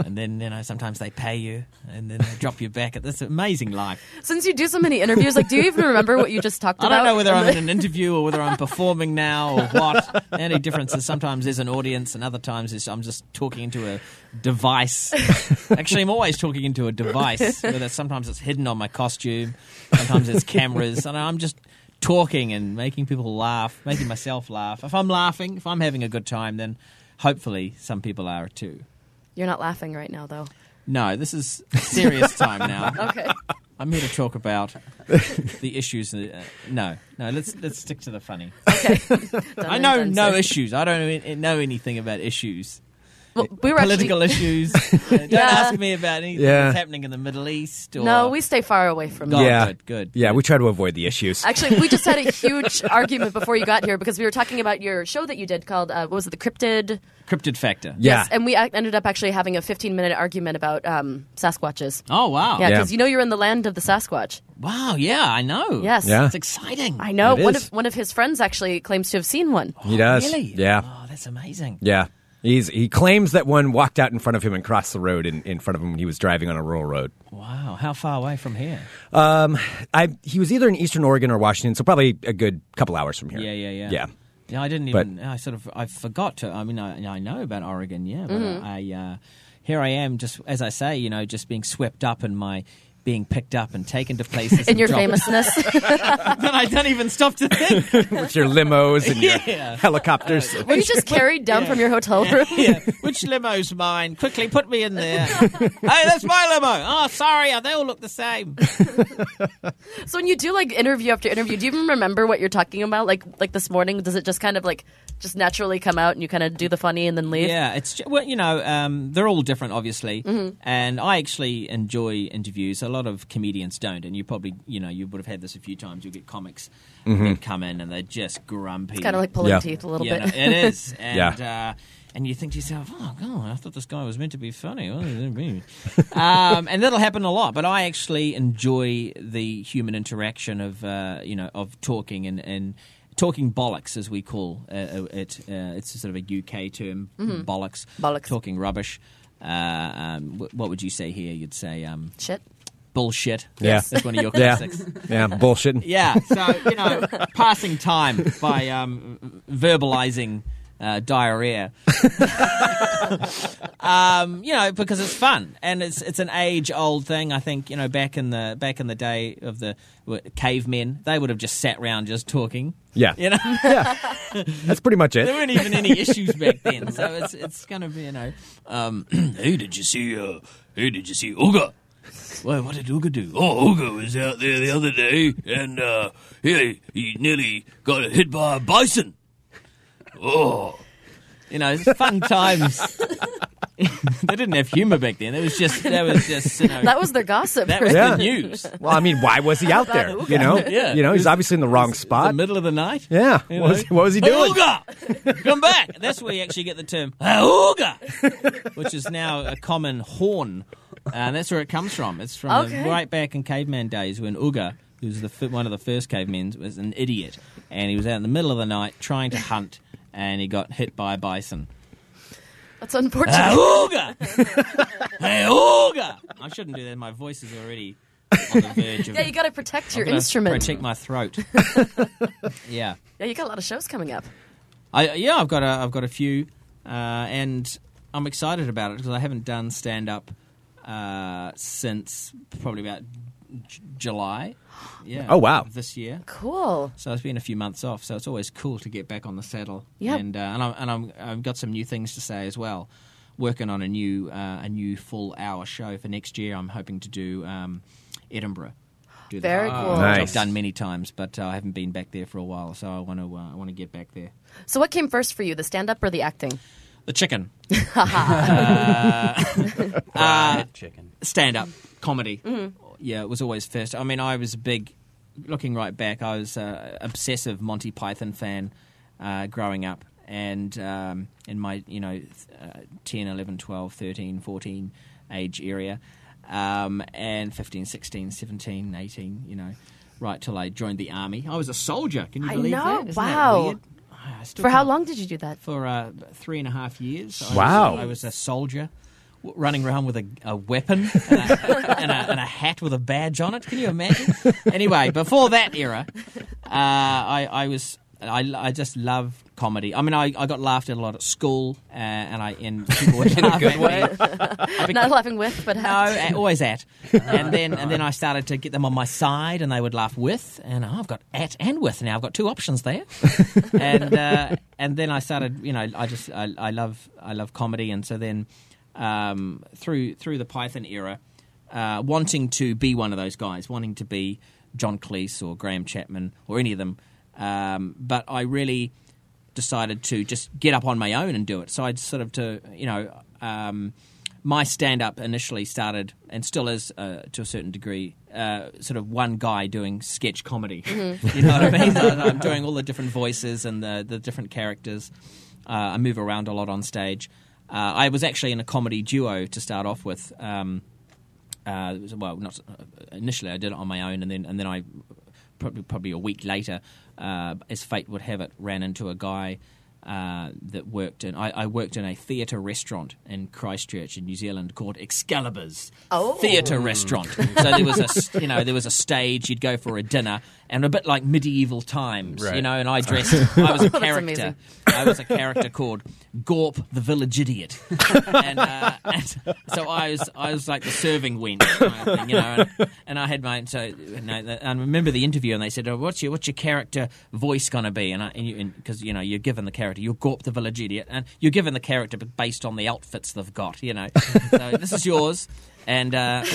and then you know sometimes they pay you, and then they drop you back at this amazing life. (laughs) Since you do so many interviews, like, do you even remember what you just talked I about? don't know whether I'm in an interview or whether I'm performing now or what. The only difference is sometimes there's an audience, and other times is I'm just talking into a device. Actually, I'm always talking into a device. Whether sometimes it's hidden on my costume, sometimes it's cameras, and I'm just talking and making people laugh, making myself laugh. If I'm laughing, if I'm having a good time, then hopefully some people are too. (laughs) You're not laughing right now, (laughs) though. No, this is serious time now. (laughs) Okay. I'm here to talk about the issues. that- uh, no, no, let's let's stick to the funny. I know no issues. I don't e- know anything about issues. Well, we were Political actually, issues. (laughs) Uh, don't Yeah. ask me about anything Yeah. that's happening in the Middle East. Or No, we stay far away from God, that. Yeah. good, good. Yeah, we try to avoid the issues. Actually, we just had (laughs) a huge argument before you got here because we were talking about your show that you did called uh, what was it, the Cryptid? Cryptid factor. yeah. Yes, and we ac- ended up actually having a 15 minute argument about um, Sasquatches. Oh wow. Yeah, Yeah. because you know you're in the land of the Sasquatch. Wow. Yeah, I know. Yes. Yeah. It's exciting. I know. It One is. of one of his friends actually claims to have seen one. Oh, he does. Really? Yeah. Oh, that's amazing. Yeah. He's, he claims that one walked out in front of him and crossed the road in, in front of him when he was driving on a rural road. Wow. How far away from here? I he was either in Eastern Oregon or Washington, so probably a good couple hours from here. Yeah, yeah, yeah. Yeah. Yeah, I didn't But- even. I sort of. I forgot to. I mean, I, I know about Oregon, yeah, but Mm-hmm. I. Uh, here I am, just as I say, you know, just being swept up in my being picked up and taken to (laughs) places. In and your dropped. (laughs) famousness, That I don't even stop to think. With your limos and your (laughs) Yeah. (laughs) helicopters. were you just carried down from your hotel room? (laughs) yeah. Which limo's mine? Quickly put me in there. hey, that's my limo. Oh, sorry, they all look the same. So when you do like interview after interview, do you even remember what you're talking about? Like like this morning, does it just kind of like just naturally come out and you kind of do the funny and then leave? Yeah, it's ju- well, you know, um, they're all different, obviously, Mm-hmm. and I actually enjoy interviews. A lot of comedians don't, and you probably, you know, you would have had this a few times. You'll get comics that come in and they're just grumpy, It's kind of like pulling Yeah. teeth a little yeah, bit. no, it is, and Yeah. uh, and you think to yourself, oh god, I thought this guy was meant to be funny. Well, he didn't be. (laughs) um, and that'll happen a lot, but I actually enjoy the human interaction of uh, you know of talking and and. Talking bollocks, as we call uh, uh, it, uh, it's sort of a UK term. Bollocks. Mm-hmm. Bollocks. Talking rubbish. Uh, um, w- what would you say here? You'd say um, (laughs) Shit. bullshit. Yeah. that's one of your (laughs) Yeah. classics. yeah, bullshit. (laughs) Yeah, so you know, passing time by um, verbalizing uh, diarrhea. (laughs) um, you know, because it's fun and it's it's an age old thing. I think you know back in the back in the day of the were cavemen, they would have just sat round just talking. Yeah. You know, yeah. That's pretty much there it. weren't even any issues back then, so (laughs) it's it's gonna be you know. (clears throat) Um, hey, did you see? Uh, hey, did you see Uga? Well, what did Uga do? Oh, Olga was out there the other day, and uh, he, he nearly got hit by a bison. Oh, You know, it's fun times. (laughs) they didn't have humor back then. It was just that was just you know, That was their gossip. (laughs) that was right? Yeah. the news. Well, I mean, why was he out there? You (laughs) know? Yeah. You know, he's obviously in the wrong The spot. middle of the night. Yeah. What was, what was he doing? Ooga! Come back! That's where you actually get the term "Ooga," which is now a common horn, and that's where it comes from. It's from the- Okay. right back in caveman days when Ooga, who was the, fir- one of the first cavemen, was an idiot, and he was out in the middle of the night trying to hunt, and he got hit by (laughs) a bison. That's unfortunate. (laughs) Ooga! hey, Ooga! I shouldn't do that. My voice is already on the verge of. yeah, you got to protect your I'm gonna instrument. Protect my (laughs) throat. yeah. Yeah, you got a lot of shows coming up. I yeah, I've got a I've got a few, uh, and I'm excited about it because I haven't done stand up uh, since probably about J- July. Yeah. Oh, wow. This year. Cool. So it's been a few months off, so it's always cool to get back on the saddle. Yep. And uh, and I'm and I'm I've got some new things to say as well. Working on a new uh, a new full hour show for next year. I'm hoping to do um, Edinburgh. Do that. Very cool. Nice. I've done many times, but uh, I haven't been back there for a while, so I want to uh, I want to get back there. So, what came first for you, the stand up or the acting? The chicken. Fried chicken. stand up Mm. comedy. Mm-hmm. Yeah, it was always first. I mean, I was a big, looking right back, I was an obsessive Monty Python fan uh, growing up. And um, in my, you know, th- uh, 10, 11, 12, 13, 14 age area, um, and 15, 16, 17, 18, you know, right till I joined the army. I was a soldier. Can you I believe know, that? Isn't that wow. weird? I still For how can't- long did you do that? for uh, three and a half years. I was- Wow. I was a soldier w- running around with a, a weapon and a, (laughs) and, a, and a hat with a badge on it. Can you imagine? anyway, before that era, uh, I, I was. I, I just love comedy. I mean, I, I got laughed at a lot at school, uh, and I and (laughs) people would laugh good at way? me. I Not became- laughing with, but no, how. a- always at. And then and then I started to get them on my side, and they would laugh with, and oh, I've got at and with now. I've got two options there. and uh, and then I started, you know, I just I, I love I love comedy, and so then um, through through the Python era, uh, wanting to be one of those guys, wanting to be John Cleese or Graham Chapman or any of them, um, but I really decided to just get up on my own and do it. So I'd sort of to you know um, my stand up initially started and still is uh, to a certain degree uh, sort of one guy doing sketch comedy. (laughs) you know what I mean? I- I'm doing all the different voices and the the different characters. Uh, I move around a lot on stage. Uh, I was actually in a comedy duo to start off with. Um, uh, it was- well, not initially. I did it on my own, and then and then I probably probably a week later, uh, as fate would have it, ran into a guy uh, that worked in. I, I worked in a theatre restaurant in Christchurch in New Zealand called Excalibur's Oh. Theatre Restaurant. so there was a s- you know there was a stage. You'd go for a dinner, and a bit like medieval times, you Right. know. And I dressed. I was a (laughs) Oh, That's character. amazing. I was a character called Gorp the (laughs) Village Idiot, and, uh, and so I was I was like the serving wench, kind of thing, you know. And, and I had my so and I, and I remember the interview, and they said, oh, "What's your what's your character voice going to be?" And I because you, and- 'cause, you know you're given the character, you're Gorp the Village Idiot, and you're given the character but based on the outfits they've got, you know. so this is yours. And uh,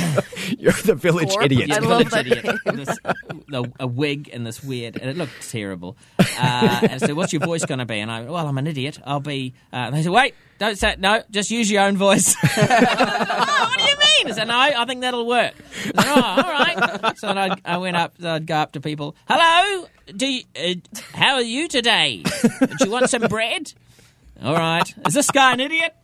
You're the village Or- idiot. I yeah, love that village idiot. This- the- a wig and this weird, and it looked terrible. Uh, and so, what's your voice going to be? And I, well, I'm an idiot. I'll be. Uh, and they said, wait, don't say no. Just use your own voice. (laughs) "Oh, what do you mean? I said, no, I think that'll work. I said, oh, all right. So then I'd, I went up. So I'd go up to people. Hello. Do you, uh, how are you today? Do you want some bread? All right. Is this guy an idiot?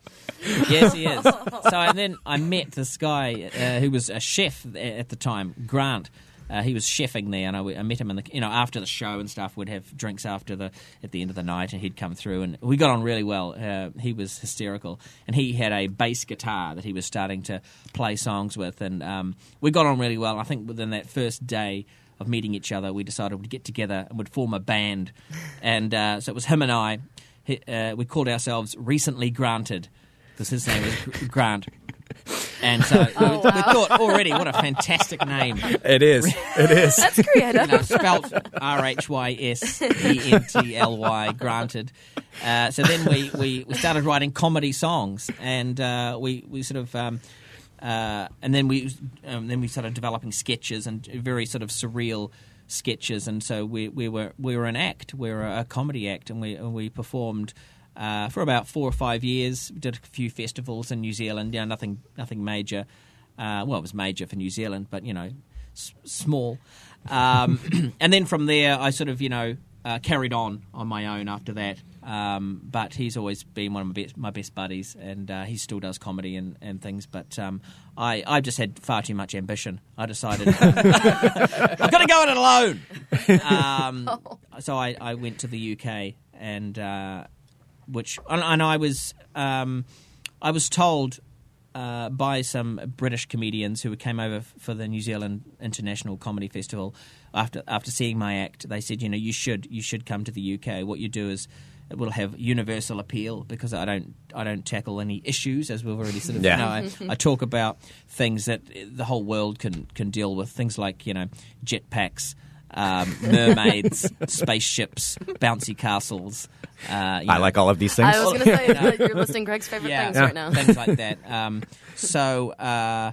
Yes, he is. So and then I met this guy uh, who was a chef a- at the time, Grant. Uh, he was chefing there, and I, w- I met him in the you know after the show and stuff. We'd have drinks after the at the end of the night, and he'd come through, and we got on really well. Uh, he was hysterical, and he had a bass guitar that he was starting to play songs with, and um, we got on really well. I think within that first day of meeting each other, we decided we'd get together and would form a band, and uh, so it was him and I. He, uh, we called ourselves Recently Granted because his name was Gr- Grant. And so we, we thought already, what a fantastic name. It (laughs) is. It is. That's (laughs) creative. You know, spelt R H Y S E N T L Y, granted. Uh, so then we, we, we started writing comedy songs, and uh, we, we sort of. Um, uh, and then we um, then we started developing sketches and very sort of surreal sketches, and so we, we were we were an act, we were a comedy act, and we and we performed uh, for about four or five years. We did a few festivals in New Zealand, you know, nothing nothing major. Uh, well, it was major for New Zealand, but you know, s- small. Um, (coughs) and then from there, I sort of, you know, uh, carried on on my own after that. Um, but he's always been one of my best, my best buddies, and uh, he still does comedy and, and things. But um, I, I just had far too much ambition. I decided I've got to go it alone. Um, So I, I went to the UK, and uh, which and, and I was um, I was told uh, by some British comedians who came over f- for the New Zealand International Comedy Festival after after seeing my act. They said, you know, you should you should come to the UK. What you do is it will have universal appeal because I don't I don't tackle any issues as we've already sort of Yeah. you know, I- Mm-hmm. I, talk about things that the whole world can can deal with. Things like you know jetpacks. (laughs) Um, mermaids, spaceships, bouncy castles. Uh, you I know, like all of these things. I was going (laughs) to say that you're listing Greg's favorite yeah, things right now. things like that. Um, so, uh,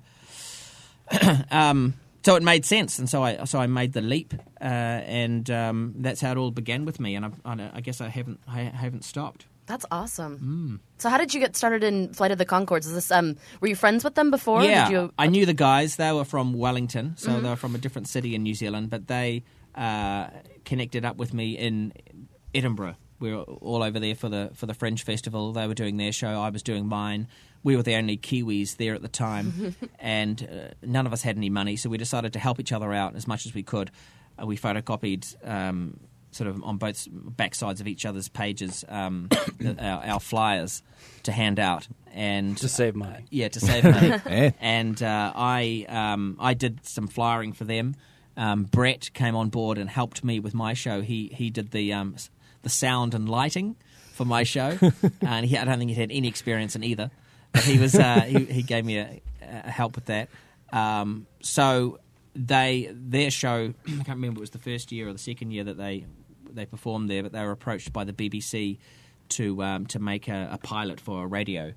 (clears throat) um, so it made sense, and so I so I made the leap, uh, and um, that's how it all began with me. And I, I, I guess I haven't I haven't stopped. That's awesome. Mm. So, how did you get started in Flight of the Concords? Is this um, were you friends with them before? yeah, Did you? Mm-hmm. I knew the guys. They were from Wellington, so they were from a different city in New Zealand, but they uh, connected up with me in Edinburgh. We were all over there for the for the Fringe Festival. They were doing their show. I was doing mine. We were the only Kiwis there at (laughs) the time, and uh, none of us had any money, so we decided to help each other out as much as we could. Uh, we photocopied um, sort of on both backsides of each other's pages um, (coughs) our, our flyers to hand out and To save money. yeah, to save money. Hey. And uh, I, um, I did some flyering for them. Um, Brett came on board and helped me with my show. He he did the um, s- the sound and lighting for my show, and he, I don't think he had any experience in either. But he was uh, he, he gave me a, a help with that. Um, so they their show (clears throat) I can't remember it was the first year or the second year that they they performed there, but they were approached by the BBC to um, to make a, a pilot for a radio.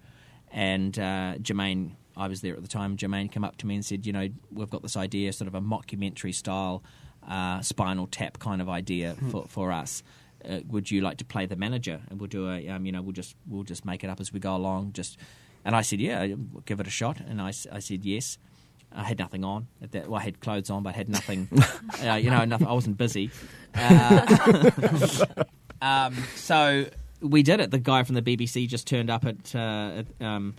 And uh, Jermaine, I was there at the time. Jermaine came up to me and said, "You know, we've got this idea, sort of a mockumentary style, uh, Spinal Tap kind of idea for for us. Uh, would you like to play the manager? And we'll do a, um, you know, we'll just we'll just make it up as we go along. Just." And I said, "Yeah, we'll give it a shot." And I, s- I said, "Yes." I had nothing on at that. Well, I had clothes on, but I had nothing. uh, you know, nothing, I wasn't busy. Uh, um, so we did it. The guy from the BBC just turned up at uh, at, um,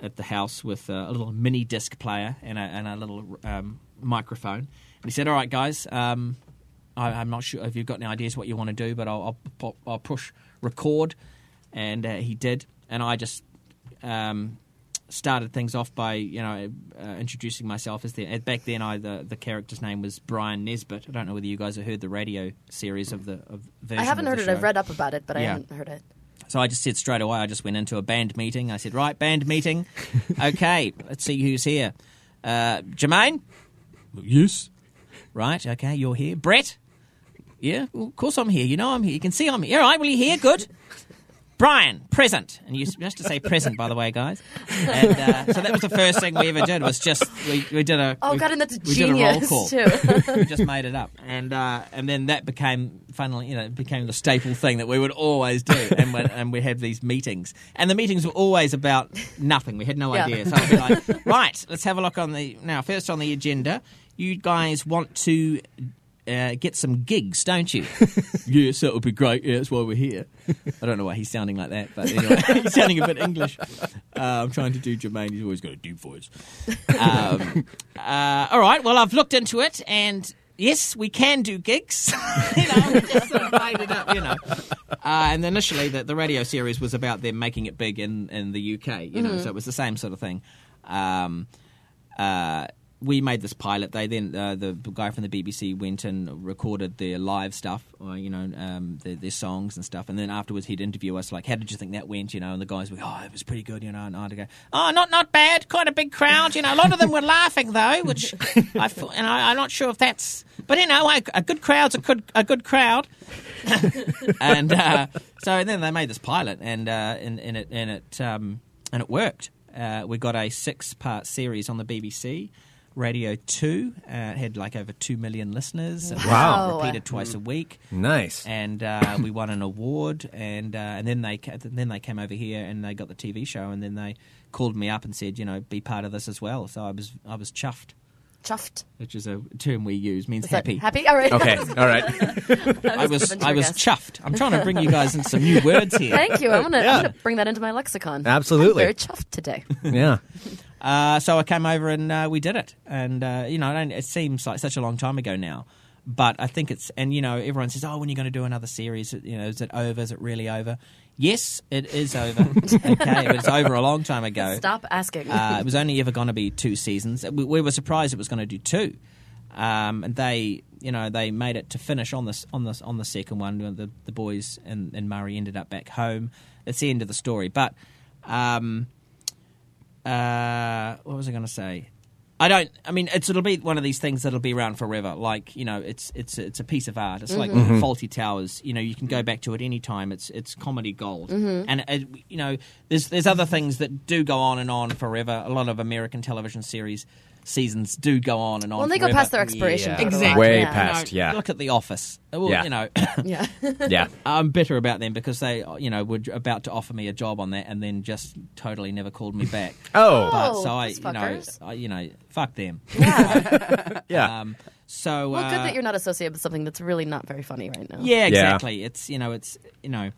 at the house with uh, a little mini disc player and a, and a little um, microphone, and he said, "All right, guys, um, I, I'm not sure if you've got any ideas what you want to do, but I'll I'll, pop- I'll push record." And uh, he did, and I just um, started things off by you know uh, introducing myself as the uh, back then I the, the character's name was Brian Nesbitt. I don't know whether you guys have heard the radio series of the of version I haven't of heard the it. show. I've read up about it, but I Yeah. haven't heard it. So I just said straight away, I just went into a band meeting. I said, right, band meeting. okay, let's see who's here. Uh, Jermaine? Yes. Right, okay, you're here. Brett? Yeah, well, of course I'm here. You know I'm here. You can see I'm here. All right, well, you here? Good. Brian, present. And you have to say present, by the way, guys. And uh, so that was the first thing we ever did was just, we, we did a... Oh we- god, and that's we did a roll genius call. too. we just made it up, and uh, and then that became finally, you know, it became the staple thing that we would always do, and when, and we had these meetings, and the meetings were always about nothing. We had no Yeah. idea. So I'd be like, (laughs) right, let's have a look on the now. First on the agenda, you guys want to. Uh, get some gigs, don't you? (laughs) yes, that would be great. Yeah, that's why we're here. I don't know why he's sounding like that, but anyway, (laughs) he's sounding a bit English. (laughs) Uh, I'm trying to do Jermaine. He's always got a deep voice um, uh, all right, well, I've looked into it, and yes, we can do gigs. (laughs) you know, we just sort of made it up, you know. Uh, and initially, the, the radio series was about them making it big in, in the UK, you know, so it was the same sort of thing. Um, uh, we made this pilot. They then uh, the guy from the BBC went and recorded their live stuff, or, you know, um, their, their songs and stuff. And then afterwards, he'd interview us like, "How did you think that went?" You know, and the guys were, "Oh, it was pretty good," you know. And I'd go, "Oh, not not bad. Quite a big crowd, you know. A lot of them were laughing though, which I feel, and I, I'm not sure if that's, but you know, I, a good crowd's a good a good crowd." and uh, so then they made this pilot, and uh, and, and it and it um, and it worked. Uh, we got a six-part series on the BBC Radio Two. Uh, it had like over two million listeners. It was Wow. repeated twice a week, Nice. and uh, we won an award. And uh, and then they ca- then they came over here and they got the TV show, and then they called me up and said, you know, be part of this as well. So I was I was chuffed, Chuffed. which is a term we use means Is that happy. Happy. All right. (laughs) Okay. All right. I was given to I a was guess. chuffed. I'm trying to bring you guys in some new words here. Thank you. I'm gonna, I'm gonna bring that into my lexicon. Absolutely. I'm very chuffed (laughs) today. Yeah. Uh, so I came over and uh, we did it. And, uh, you know, I don't- it seems like such a long time ago now. But I think it's, and, you know, everyone says, oh, when are you going to do another series? You know, is it over? Is it really over? Yes, it is over. okay, but it's over a long time ago. Stop asking. Uh, it was only ever going to be two seasons. We, we were surprised it was going to do two, um, and they, you know, they made it to finish on this on this on the second one. The, the boys and, and Murray ended up back home. It's the end of the story. But um, uh, what was I going to say? I don't. I mean, it's, it'll be one of these things that'll be around forever. Like you know, it's it's it's a piece of art. It's like Mm-hmm. Faulty Towers. You know, you can go back to it any time. It's it's comedy gold. Mm-hmm. And uh, you know, there's there's other things that do go on and on forever. A lot of American television series seasons do go on and on. well, they go forever. past their expiration. Yeah. date a lot. Exactly. Way Yeah. past. You know, yeah. Look at The Office. Well, Yeah. you know, (coughs) Yeah. (laughs) Yeah. I'm bitter about them because they, you know, were about to offer me a job on that and then just totally never called (laughs) me back. Oh. But Oh, so I, those you know, fuckers. I, you know, fuck them. Yeah. Um, (laughs) so Well, uh, good that you're not associated with something that's really not very funny right now. yeah, Yeah. exactly. It's you know, it's you know.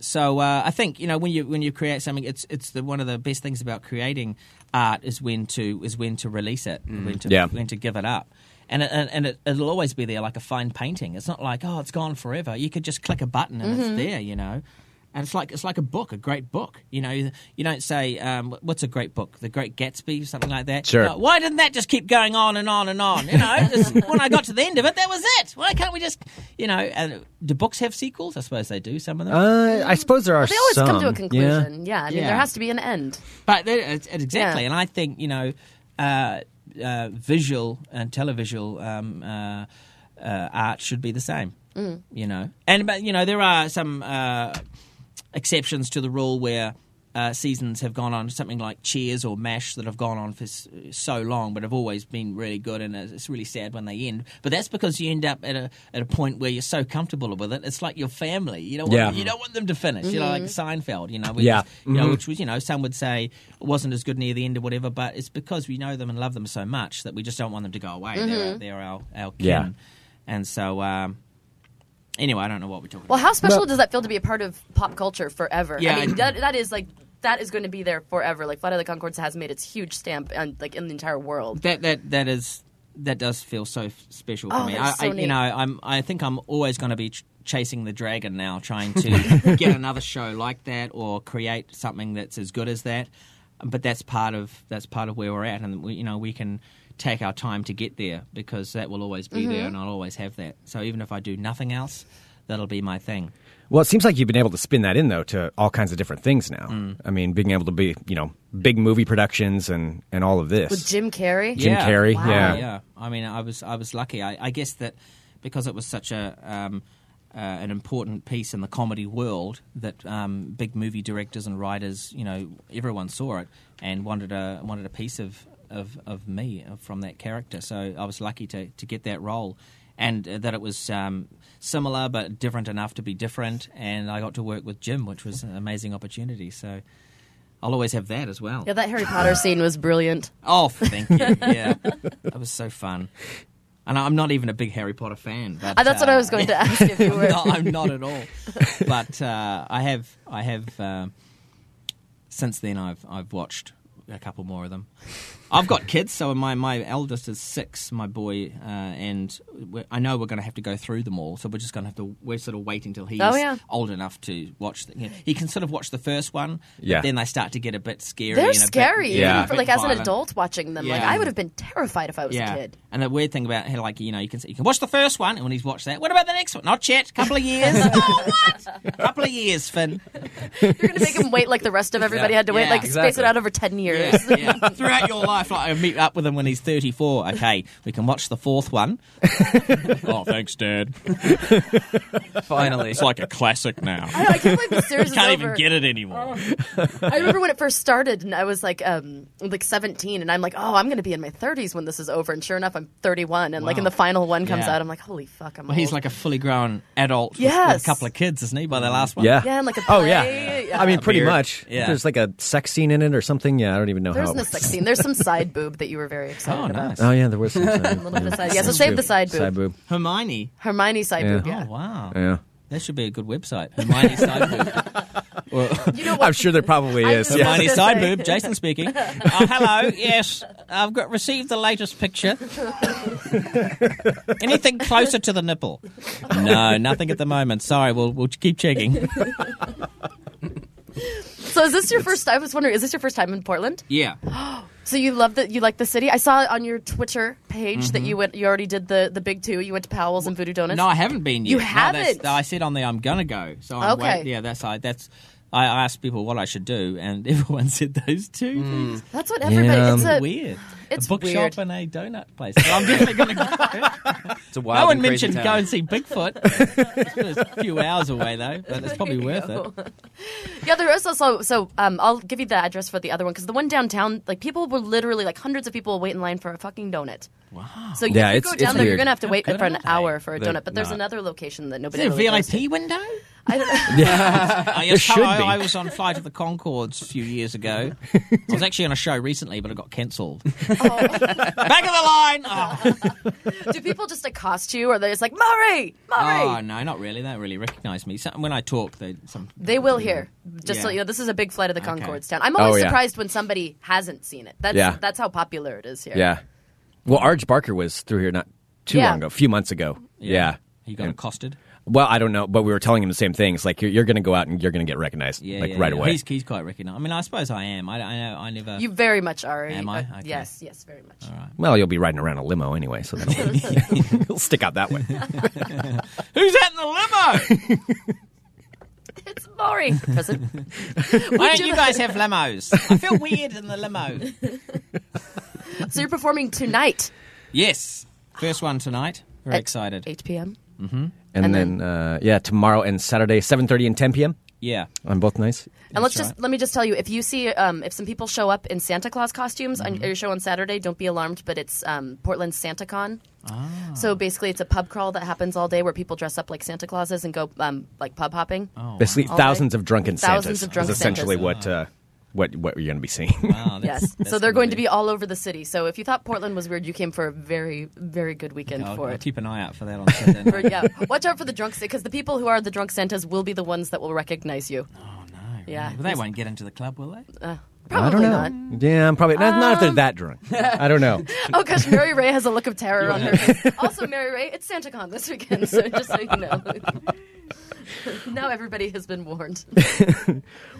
So uh, I think you know when you when you create something, it's it's the one of the best things about creating art is when to is when to release it, when to Mm. Yeah. when to give it up. and it, and, and it, it'll always be there like a fine painting. It's not like oh, it's gone forever. You could just click a button and Mm-hmm. it's there, you know. And it's like it's like a book, a great book. You know, you, you don't say um, what's a great book, The Great Gatsby, something like that. Sure. No, why didn't that just keep going on and on and on? You know, It's- when I got to the end of it, that was it. Why can't we just, you know? And do books have sequels? I suppose they do. Some of them. Uh, I suppose there are They always some. come to a yeah. conclusion. Yeah, I mean, Yeah. there has to be an end. But there- it's- it's exactly, Yeah. and I think you know, uh, uh, visual and televisual um, uh, uh, art should be the same. You know, and but you know there are some uh, exceptions to the rule where. Uh, seasons have gone on something like Cheers or Mash that have gone on for s- so long, but have always been really good, and it's it's really sad when they end. But that's because you end up at a at a point where you're so comfortable with it. It's like your family. You don't want, Yeah. you don't want them to finish. You know, like Seinfeld. You know, we Yeah. Mm-hmm. just- you know, which was you know some would say wasn't as good near the end or whatever, but it's because we know them and love them so much that we just don't want them to go away. They're, they're our our kin, Yeah. and so um, anyway, I don't know what we're talking Well, about. how special does that feel to be a part of pop culture forever? Yeah, I mean, I- that, that is like that is going to be there forever. Like Flight of the Concords has made its huge stamp and like in the entire world. That that that is that does feel so f- special for Oh, me. I, that's so I you neat. know I'm I think I'm always going to be ch- chasing the dragon now, (laughs) trying to get another show like that or create something that's as good as that. But that's part of that's part of where we're at, and we, you know we can take our time to get there because that will always be Mm-hmm. there, and I'll always have that. So even if I do nothing else, that'll be my thing. Well, it seems like you've been able to spin that in though to all kinds of different things now. Mm. I mean, being able to be you know big movie productions and and all of this. With Jim Carrey, Jim Yeah. Carrey, Wow. yeah. yeah. I mean, I was I was lucky. I, I guess that because it was such a um, uh, an important piece in the comedy world that um, big movie directors and writers, you know, everyone saw it and wanted a wanted a piece of of, of me uh, from that character. So I was lucky to to get that role. And uh, that it was um, similar but different enough to be different, and I got to work with Jim, which was an amazing opportunity. So I'll always have that as well. yeah, that Harry Potter scene was brilliant. (laughs) Oh, thank you. Yeah, that was so fun. And I'm not even a big Harry Potter fan. But, Uh, that's what I was going to ask if you were. No, I'm (laughs) not at all. But uh, I have, I have. um since then, I've I've watched a couple more of them. I've got kids, so my my eldest is six, my boy, uh, and we I know we're going to have to go through them all. So we're just going to have to. We're sort of waiting till he's Oh, yeah. old enough to watch. The, you know, he can sort of watch the first one. but Yeah. Then they start to get a bit scary. They're and a bit- scary, Yeah. even a for, bit like as an violent. adult watching them. Like Yeah. I would have been terrified if I was a kid. And the weird thing about how, like, you know, you can you can watch the first one, and when he's watched that, what about the next one? Not yet. Couple (laughs) of years. oh, what? Couple of years, Finn. You're going to make him wait like the rest of everybody had to wait, Yeah, like space exactly. it out over ten years. Yeah, yeah. Throughout your life, like, I meet up with him when he's 34. Okay, we can watch the fourth one. (laughs) Oh, thanks, (laughs) Dad. Finally, It's like a classic now. (laughs) I, know, I can't believe the series You is (laughs) can't over. Oh. even get it anymore. (laughs) I remember when it first started, and I was like, um, like 17, and I'm like, oh, I'm going to be in my 30s when this is over. And sure enough, I'm 31, and like, Wow. and the final one comes Yeah. out, I'm like, holy fuck, I'm. Well, he's old. like a fully grown adult with- with, Yes. a couple of kids, isn't he? By the last one, Yeah. (laughs) yeah, and like a Oh play. yeah. I (laughs) mean, pretty beard. much. Yeah. There's like a sex scene in it or something. Yeah, I don't even know there how. isn't It a works. sex scene. There's some side boob that you were very excited Oh, about. nice. Oh yeah, there was (laughs) some side. A little bit of side. Yeah, so save the side boob. Side boob. Hermione. Hermione side Yeah. boob. Yeah. Oh wow, Yeah. that should be a good website. Hermione side (laughs) boob. You know Oh, I'm what? sure there probably I is. just- Yeah. (laughs) (laughs) I was Hermione gonna side say. boob. (laughs) Jason speaking. Oh hello. Yes, I've got received the latest (laughs) picture. Anything closer to the nipple? No, nothing at the moment. Sorry, we'll we'll keep checking. So is this your first? I was wondering, is this your first time in Portland? Yeah. So you love that you like the city. I saw on your Twitter page that you went. You already did the the big two. You went to Powell's and Voodoo Donuts. Mm-hmm. No, I haven't been yet. You No, that's- haven't? I said on there I'm gonna go. So I'm Okay. wait- yeah, that's I that's I asked people what I should do, and (laughs) everyone said those two things. That's what everybody. Yeah. It's a weird. Mm. it's a bookshop weird. and a donut place. So I'm definitely gonna (laughs) go. it's a wild no one and crazy mentioned town. go and see Bigfoot. (laughs) it's a few hours away though, but (laughs) it's probably There you worth it. go. Yeah, there is also so. Um, I'll give you the address for the other one because the one downtown, like people were literally like hundreds of people wait in line for a fucking donut. Wow. So Yeah, if you it's- go it's down there, you're weird. gonna have to wait How good for an are they? hour for a They're donut. But there's not. another location that nobody. Is it a really goes to. VIP window? I don't know. Oh, yes, Uh, There should hello, be. I was on Flight of the Concords a few (laughs) years ago. I was actually on a show recently, but it got cancelled. (laughs) (laughs) Back of the line! Oh. Do people just accost you, or they're just like Murray, Murray? Oh, no, not really. They don't really recognise me. So, when I talk, they some They will hear. Just so Yeah. you know, this is a big flight of the Concords town. I'm Oh, always yeah. surprised when somebody hasn't seen it. That's Yeah. that's how popular it is here. Yeah. Well, Arj Barker was through here not too Yeah. long ago, a few months ago. Yeah. He got accosted. Well, I don't know, but we were telling him the same things. Like you're, you're going to go out and you're going to get recognized, Yeah, like yeah, right yeah. away. He's, he's quite recognized. I mean, I suppose I am. I, I, I never. You very much are. Am I? Okay. Yes, yes, very much. Well, you'll be riding around a limo anyway, so (laughs) that'll you'll stick out (laughs) that way. Who's that in the limo? (laughs) It's Maury. Present. Why don't you guys have (laughs) limos? I feel weird in the limo. so you're performing tonight, Yes. First one tonight. Very At- excited. 8 p.m. And, And then, uh, yeah, tomorrow and Saturday, seven thirty and ten p.m. Yeah. on both nights. And let's That's just let me just tell you, if you see um, if some people show up in Santa Claus costumes Mm-hmm. on your show on Saturday, don't be alarmed. But it's um, Portland SantaCon. Ah. So basically, it's a pub crawl that happens all day where people dress up like Santa Clauses and go um, like pub hopping. Oh, Basically, All thousands right. of drunken Thousands Santas of drunk is essentially what Santas. uh, what what you're going to be seeing. Wow, Oh, that's- Yes. that's so they're going gonna to be all over the city. So if you thought Portland was weird, you came for a very very good weekend I'll, for I'll it. keep an eye out for that on (laughs) Saturday. night. For- yeah, watch out for the drunk because the people who are the drunk Santas will be the ones that will recognize you. Oh, no. Yeah. Uh, Well, they won't get into the club, will they? I Probably don't know. not. Um, Yeah, I'm probably not, not if they're that drunk. (laughs) I don't know. Oh gosh, Mary Ray has a look of terror on her face. Also, Mary Ray, it's SantaCon this weekend, so just so you know. (laughs) now everybody has been warned.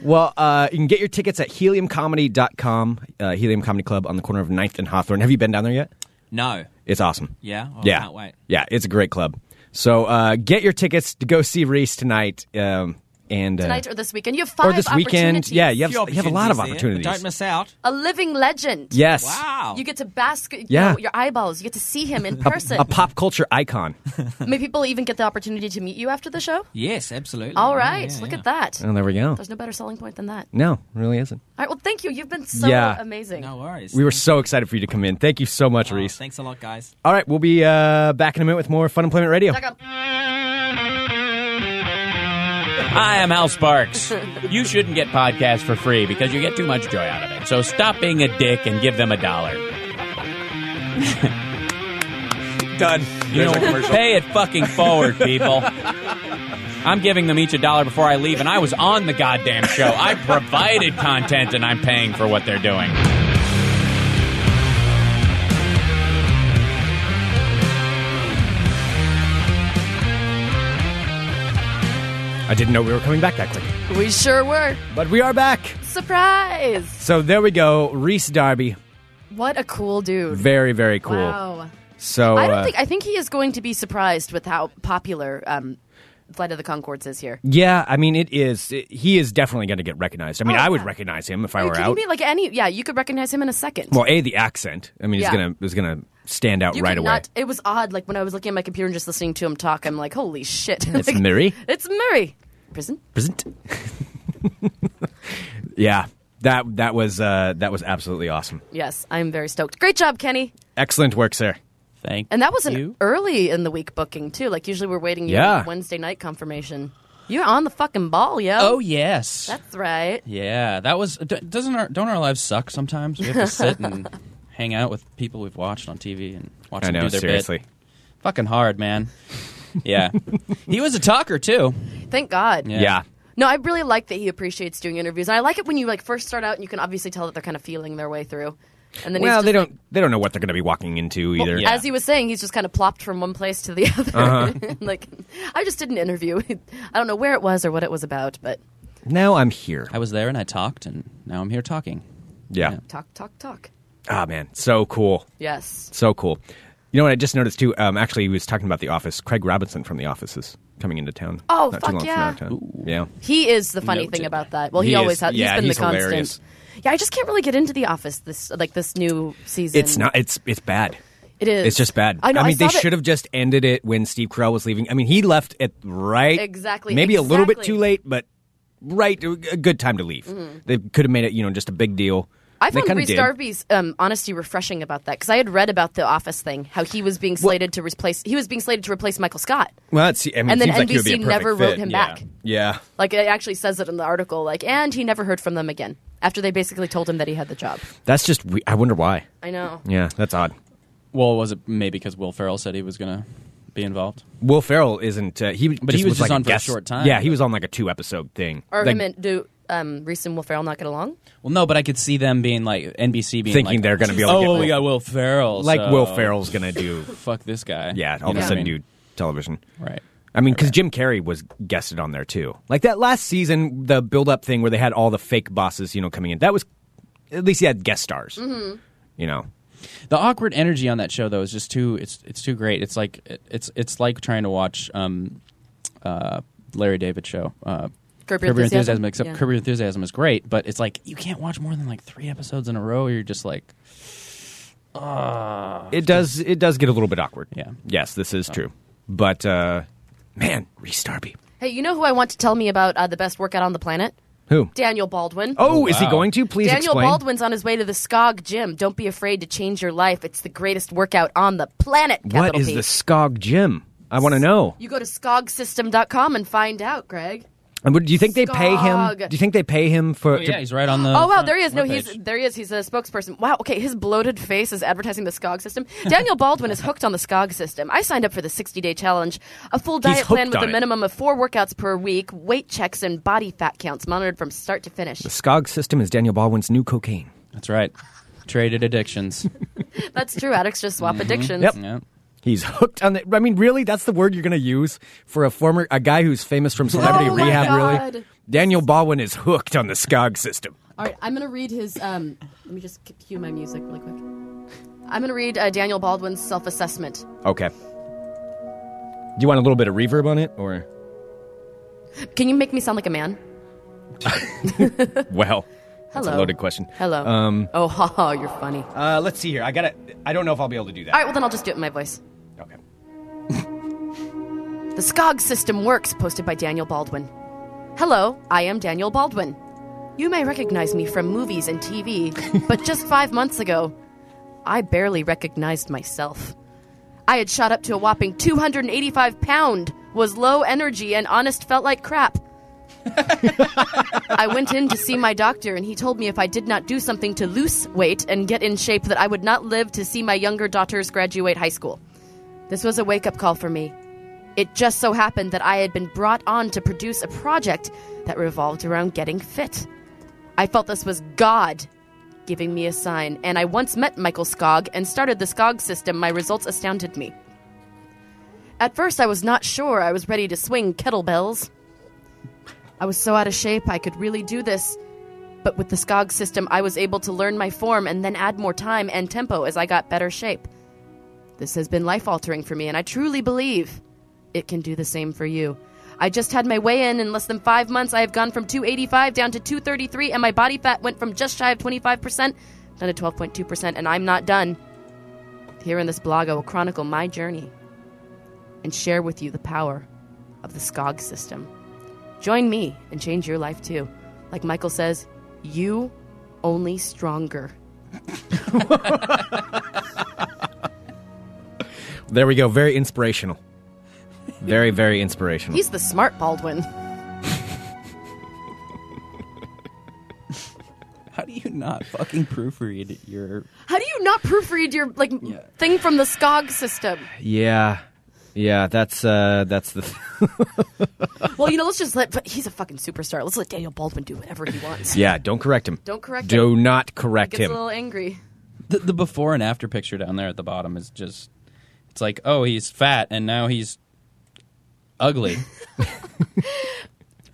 Well, uh, you can get your tickets at heliumcomedy.com, uh, Helium Comedy Club on the corner of 9th and Hawthorne. Have you been down there yet? No. It's awesome. Yeah? Oh, I yeah. can't wait. Yeah, it's a great club. So uh, get your tickets to go see Reese tonight. Um, and uh, Tonight or this weekend, you have five or this weekend. opportunities. Yeah, you have, Few you have a lot of there, but opportunities. Don't miss out. a living legend. yes. Wow. You get to bask, you Yeah. know, your eyeballs. You get to see (laughs) him in person. A pop culture (laughs) icon. May people even get the opportunity to meet you after the show. yes, absolutely. All Yeah, right, yeah, look yeah. at that. Oh, there we go. There's no better selling point than that. No, really isn't. All right, well, thank you. You've been so Yeah. amazing. No worries. We were so excited for you to come in. Thank you so much, Oh, Reese. Thanks a lot, guys. All right, we'll be uh, back in a minute with more Fun Employment Radio. Back up. I am (laughs) Hal Sparks. You shouldn't get podcasts for free because you get too much joy out of it. So stop being a dick and give them a dollar. Done. You know, pay it fucking forward, people. I'm giving them each a dollar before I leave, and I was on the goddamn show. I provided content, and I'm paying for what they're doing. I didn't know we were coming back that quick, We sure were. but we are back. Surprise! So there we go, Reese Darby. What a cool dude. Very, very cool. Wow. So I don't uh, think. I think he is going to be surprised with how popular um, Flight of the Concords is here. yeah, I mean, it is. it- he is definitely going to get recognized. I mean, Oh, I would yeah. recognize him if I Are you were kidding out. me? Like any, yeah, you could recognize him in a second. Well, a the accent. I mean, Yeah. he's gonna is gonna stand out you right could away. not- it was odd. Like when I was looking at my computer and just listening to him talk, I'm like, holy shit! (laughs) It's Like, Mary. It's Murray. Prison. Present. yeah, that that was uh, that was absolutely awesome. Yes, I'm very stoked. Great job, Kenny. Excellent work, sir. Thank And that was an you. early in the week booking too. Like usually we're waiting. you Yeah. know, Wednesday night confirmation. You're on the fucking ball, yo. Oh yes. That's right. yeah, that was. d- Doesn't our, don't our lives suck sometimes? We have to sit and hang out with people we've watched on TV and watch I them know, do their seriously. bit. Fucking hard, man. Yeah, he was a talker too. Thank God. Yeah. Yeah. No, I really like that he appreciates doing interviews, and I like it when you like first start out and you can obviously tell that they're kind of feeling their way through. And then he's Well, they just like- don't they don't know what they're going to be walking into either. yeah. As he was saying, he's just kind of plopped from one place to the (laughs) other. Uh-huh. like, I just did an interview. (laughs) I don't know where it was or what it was about, but Now I'm here. I was there and I talked, and now I'm here talking. Yeah. Yeah. talk, talk, talk. Ah man, so cool. Yes. So cool. You know what I just noticed too? Um, actually, he was talking about The Office. Craig Robinson from The Office is coming into town. Oh, not fuck too long yeah. From now, town. Yeah. He is the funny Noted. thing about that. Well, he, He always is- has. yeah, he's been he's the constant. hilarious. Yeah, I just can't really get into The Office this like this new season. It's not. It's it's bad. It is. It's just bad. I know. mean, saw they that- should have just ended it when Steve Carell was leaving. I mean, he left at right Exactly, maybe a little bit exactly. Mm-hmm. too late, but right a good time to leave. They could have made it, you know, just a big deal. I they found kinda Reese did. Darby's um, honesty refreshing about that because I had read about the Office thing, how he was being slated to replace he was being slated to replace Michael Scott, Well, it's, I mean, and it then seems like he would be a NBC never perfect wrote fit. him yeah. back. Yeah. Like it actually says it in the article, like and he never heard from them again after they basically told him that he had the job. That's just. we- I wonder why. I know. Yeah, that's odd. Well, was it maybe because Will Ferrell said he was gonna be involved? Will Ferrell isn't. Uh, he, but he was just like on a for a guest- short time, Yeah, he but- was on like a two episode thing. Or Like, him and do um, Reese and Will Ferrell not get along? Well, no, but I could see them being like NBC being Thinking like, they're gonna be able to oh, get well, we Will- got Will Ferrell, like so Will Ferrell's gonna do. Fuck this guy. Yeah, You all know of what a I sudden mean? do television. right. I mean, because Jim Carrey was guested on there too. Like that last season, the build-up thing where they had all the fake bosses, you know, coming in. That was at least he had guest stars. Mm-hmm. You know, The awkward energy on that show though is just too it's it's too great. It's like it- it's it's like trying to watch um uh Larry David show. Uh Curb Your Curb Your Enthusiasm? Enthusiasm, except Yeah. Curb Your Enthusiasm is great, but it's like you can't watch more than like three episodes in a row. You're just like, it does it does get a little bit awkward. Oh, Yeah. Oh. Yes, this is true. But uh, man, Reese Darby. Hey, you know who I want to tell me about uh, the best workout on the planet? Who? Daniel Baldwin. Oh, is he wow. going to? Please Daniel explain. Baldwin's on his way to the Skog gym. Don't be afraid to change your life. It's the greatest workout on the planet. What capital is P. the Skog Gym? I want to know. You go to skogsystem.com and find out, Greg. And would- do you think they pay him? Skog. Do you think they pay him for? oh, to- yeah, he's right on the. Oh wow, front there he is. No, webpage. he's there. He is. He's a spokesperson. Wow. Okay, his bloated face is advertising the Skog system. Daniel Baldwin is hooked on the Skog system. I signed up for the 60-day challenge, a full diet plan hooked with a on it. minimum of four workouts per week, weight checks, and body fat counts monitored from start to finish. The Skog system is Daniel Baldwin's new cocaine. That's right. Traded addictions. (laughs) That's true. Addicts just swap addictions. Mm-hmm. Yep. yeah. He's (laughs) hooked on the. I mean, really, that's the word you're going to use for a former a guy who's famous from Celebrity (laughs) Oh my Rehab. God. Really, Daniel Baldwin is hooked on the Skog system. All right, I'm going to read his. Um, let me just cue my music really quick. I'm going to read uh, Daniel Baldwin's self-assessment. Okay. Do you want a little bit of reverb on it, or Can you make me sound like a man? well, that's Hello. a loaded question. Hello. Um, oh, (laughs) ha ha, you're funny. All Uh, let's see here. I got to I don't know if I'll be able to do that. right, well then I'll just do it in my voice. Okay. The Skog System Works, posted by Daniel Baldwin. Hello, I am Daniel Baldwin. You may recognize me from movies and TV, but just five months ago, I barely recognized myself. I had shot up to a whopping 285 pound, was low energy, and honest felt like crap. I went in to see my doctor, and he told me if I did not do something to lose weight and get in shape, that I would not live to see my younger daughters graduate high school. This was a wake up call for me. It just so happened that I had been brought on to produce a project that revolved around getting fit. I felt this was God giving me a sign, and I once met Michael Skog and started the Skog system. My results astounded me. At first, I was not sure I was ready to swing kettlebells. I was so out of shape I could really do this, but with the Skog system, I was able to learn my form and then add more time and tempo as I got better shape. This has been life altering for me, and I truly believe it can do the same for you. I just had my weigh in. In less than five months, I have gone from 285 down to 233, and my body fat went from just shy of 25% down to 12.2%, and I'm not done. Here in this blog, I will chronicle my journey and share with you the power of the SCOG system. Join me and change your life too. Like Michael says, you only stronger. There we go. Very inspirational. Very very (laughs) inspirational. He's the smart Baldwin. How do you not fucking proofread your? How do you not proofread your like thing from the SCOG system? yeah. Yeah, that's uh that's the Well, you know, let's just let. But he's a fucking superstar. Let's let Daniel Baldwin do whatever he wants. Yeah, don't correct him. Don't correct Do him. not correct Gets him. a little angry. The, the before and after picture down there at the bottom is just. It's like oh he's fat and now he's ugly. (laughs)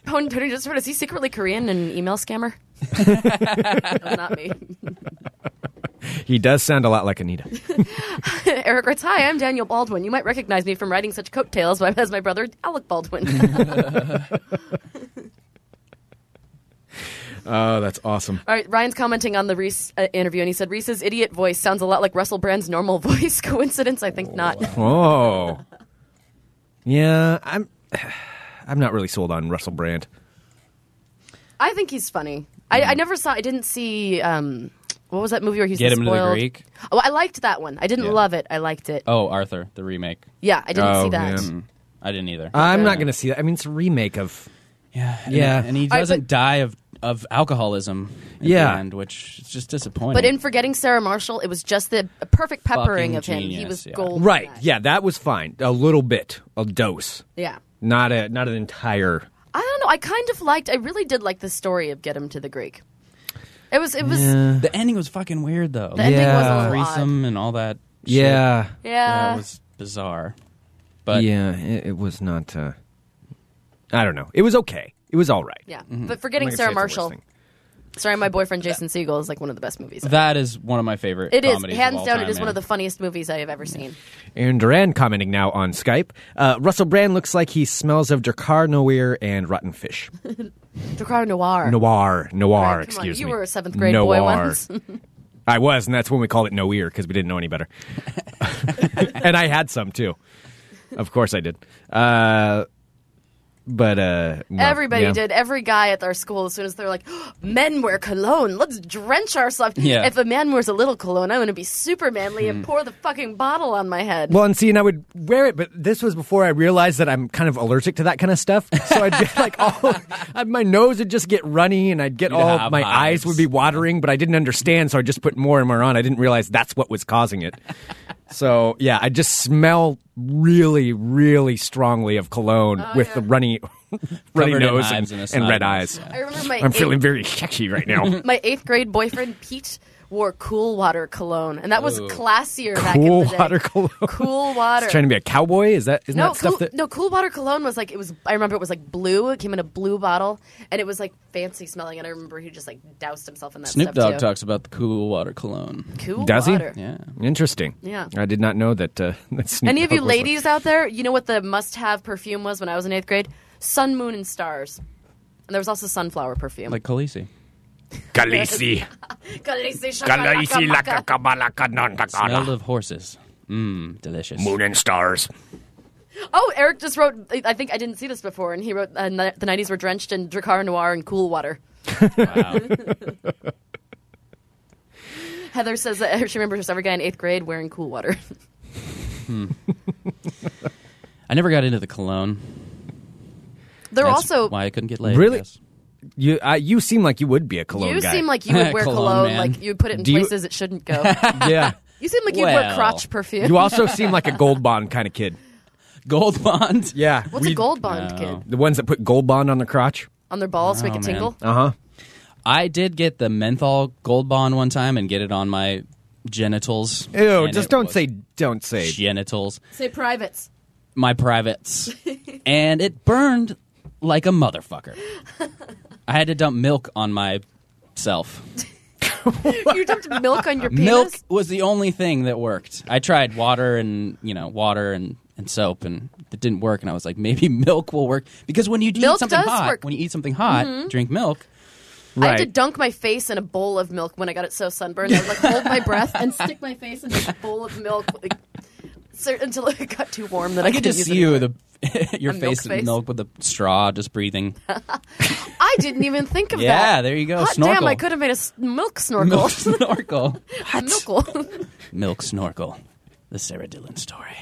Oh, and Tony just is he secretly Korean and an email (laughs) scammer? that was not me. (laughs) He does sound a lot like Anita. Eric writes, "Hi, I'm Daniel Baldwin. You might recognize me from writing such coattails as my brother Alec Baldwin." (laughs) Oh, that's awesome. All right, Ryan's commenting on the Reese uh, interview, and he said Reese's idiot voice sounds a lot like Russell Brand's normal (laughs) voice. Coincidence? I think not. Oh. Yeah, I'm (sighs) I'm not really sold on Russell Brand. (laughs) I think he's funny. I, I never saw. I didn't see. Um, what was that movie where he's Get the him to the spoiled- Greek. Oh, I liked that one. I didn't Yeah. love it. I liked it. Oh Arthur the remake. Yeah, I didn't Oh, see that. yeah. I didn't either. I'm not going to see that. I mean, it's a remake of. Yeah, and- Yeah. and he right, doesn't but- die of of alcoholism. At Yeah. the end, which is just disappointing. But in forgetting Sarah Marshall, it was just the perfect peppering Fucking of him. he genius, was yeah. gold. for Right. that. Yeah, that was fine. A little bit, a dose, Yeah. not a not an entire. I don't know. I kind of liked. I really did like the story of Get Him to the Greek. It was. It was. Yeah. The ending was fucking weird though. The ending was a Yeah. little odd. threesome and all that. shit. Yeah. Yeah. that was bizarre. But yeah, it, it was not. Uh, I don't know. It was okay. It was all right. yeah. But I'm forgetting not gonna say Sarah it's the worst Marshall. thing. Sorry, my boyfriend Jason Siegel is like one of the best movies. ever. that is one of my favorite. It is comedies of hands all down. time, it is one man. of the funniest movies I have ever seen. Aaron Duran commenting now on Skype. Uh, Russell Brand looks like he smells of Drakkar Noir and rotten fish. Drakkar Noir. Noir, noir. Right, come on, excuse you me. were a seventh grade boy once. (laughs) (laughs) I was, and that's when we called it noir because we didn't know any better. (laughs) and I had some too. Of course, I did. Uh, but uh, no, Everybody yeah. did. Every guy at our school, as soon as they're like, "Oh, "Men wear cologne. Let's drench ourselves." Yeah. If a man wears a little cologne, I'm going to be super manly and pour the fucking bottle on my head. Hmm. Well, and see, and I would wear it, but this was before I realized that I'm kind of allergic to that kind of stuff. So I'd be (laughs) like, all I'd- my nose would just get runny, and I'd get You'd all have my hives. eyes would be watering, but I didn't understand, so I just put more and more on. I didn't realize that's what was causing it. So yeah, I just smell really, really strongly of cologne Oh, with the runny, (laughs) runny Covered in nose hives and, and a and snotty red eyes. nose, I remember my I'm eighth, feeling very sexy right now. my eighth grade boyfriend Pete wore Cool Water cologne, and that was classier (laughs) back in cool the day. water cologne. Cool water. It's trying to be a cowboy? Is that isn't no, that stuff cool, that? no, cool water cologne was like it was. I remember it was like blue. It came in a blue bottle, and it was like fancy smelling. And I remember he just like doused himself in that Snoop stuff Dogg too. talks about the cool water cologne. Cool Does he? water. Yeah. Interesting. Yeah. I did not know that. Uh, (laughs) that Snoop Any of Dogg you was a- ladies out there, you know what the must-have perfume was when I was in eighth grade? Sun, moon, and stars. And there was also sunflower perfume. Like Khaleesi. Khaleesi, Khaleesi, Khaleesi, shakalaka, maka. laka kabala Smell kanantakana. of horses. Mmm, delicious. Moon and stars. Oh, Eric just wrote. I think I didn't see this before, and he wrote uh, ni- the '90s were drenched in Drakkar Noir and cool water. Wow. (laughs) Heather says that she remembers every guy in eighth grade wearing cool water. (laughs) I never got into the cologne. There were That's also why I couldn't get laid. I Really? guess. You, I, you seem like you would be a cologne you guy. seem like you would wear Cologne cologne, man. like you'd put it in Do you- places it shouldn't go. (laughs) yeah. you seem like you'd wear Well. crotch perfume. You also seem like a gold bond kind of kid. Gold Bond. Yeah. What's a We- gold bond kid The ones that put gold bond on the crotch. on their balls make Oh, it man. tingle? Uh huh. I did get the menthol Gold Bond one time and get it on my genitals. Ew. and just it don't was say. Don't say. genitals. Say privates. my privates, and it burned like a motherfucker. I had to dump milk on myself. (laughs) you dumped milk on your penis. (laughs) Milk was the only thing that worked. I tried water and you know water and, and soap, and it didn't work. And I was like, maybe (laughs) milk will work because when you Milk eat something does hot, work. Mm-hmm. when you eat something hot, drink milk. I had to Right. dunk my face in a bowl of milk when I got it so sunburned. I would like hold my breath and stick my face in a bowl of milk like, so, until it (laughs) got too warm that I, I could couldn't use just see it you anymore. the (laughs) your A milk face in face? milk with the straw, (laughs) just breathing. I didn't even think of that. yeah, there you go. Hot snorkel. damn! I could have made a s- milk snorkel. (laughs) milk snorkel. A milkle. Milk Snorkel, the Sarah Dillon story. (laughs)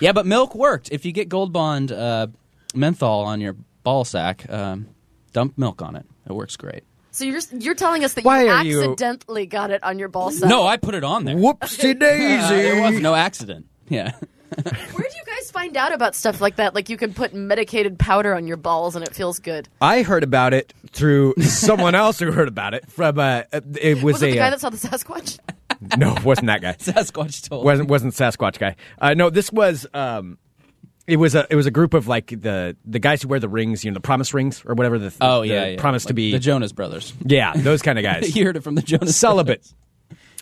Yeah, but milk worked. If you get Gold Bond uh, menthol on your ball sack, um, dump milk on it. It works great. (laughs) So you're you're telling us that Why you are you- accidentally got it on your ball sack? No, I put it on (laughs) there. Whoopsie Uh, it was daisy. no accident. Yeah. (laughs) Where do you guys find out about stuff like that? Like you can put medicated powder on your balls and it feels good. I heard about it through (laughs) someone else who heard about it from uh, it was, Was it a the guy uh, that saw the (laughs) Sasquatch? Um, no, it wasn't that guy. Sasquatch told wasn't wasn't Sasquatch guy. Uh, no, this was um, it was a it was a group of like the the guys who wear the rings, you know, the promise rings or whatever. The, Oh, the yeah, yeah. promise to Like be The Jonas Brothers. yeah, those kind of (laughs) guys, you heard it from the Jonas Mm-hmm. celibate,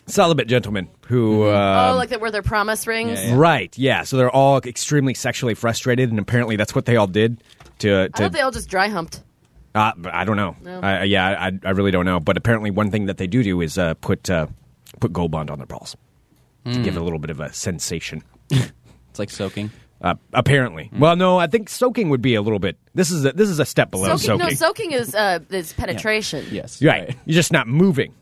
celibate gentlemen who uh, oh, like that where their promise rings. Oh, yeah, yeah. right, yeah. So they're all extremely sexually frustrated, and apparently that's what they all did. To, I to thought they all just dry humped. uh, but I don't know. No. I, yeah, I, I really don't know. But apparently, one thing that they do do is uh, put uh, put gold bond on their balls Hmm. to give it a little bit of a sensation. It's like soaking. Uh, apparently, well, no, I think soaking would be a little bit. This is a, this is a step below Soaking, soaking. no, soaking is uh, is penetration. Yes. right. you're just not moving.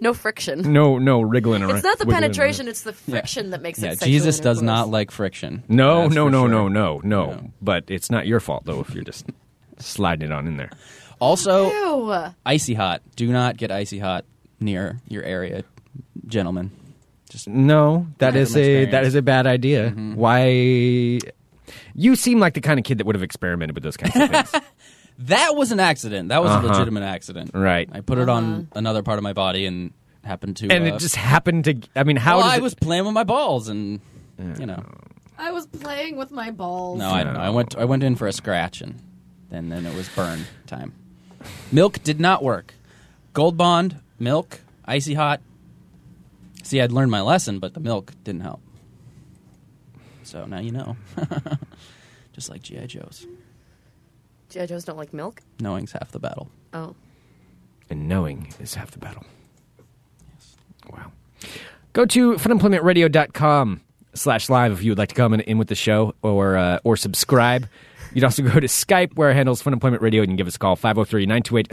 No friction. No, no wriggling around. It's not the wiggling penetration; around. it's the friction that makes Yeah, it. sexual Jesus does not intercourse. like friction. No, That's no, for no, sure. no, no, no, No. But it's not your fault though if you're just sliding it on in there. Also, Ew. icy hot. Do not get icy hot near your area, gentlemen. No, that is a experience. that is a bad idea. Why? You seem like the kind of kid that would have experimented with those kinds of things. That was an accident. That was Uh-huh. a legitimate accident. Right. I put it Uh-huh. on another part of my body and happened to. and uh, it just happened to. I mean, how well, does I it- was playing with my balls and you know. I was playing with my balls. No, I don't know. I went I went in for a scratch and then then it was burn time. Milk did not work. Gold Bond, milk, icy hot. See, I'd learned my lesson, but the milk didn't help. So now (laughs) you know. Just like GI Joes, G.I. Joes don't like milk? knowing's half the battle. Oh. and knowing is half the battle. Wow. Go to funemploymentradio.com slash live if you would like to come in, in with the show or uh, or subscribe. You'd also go to Skype where our handles Fun Employment Radio and give us a call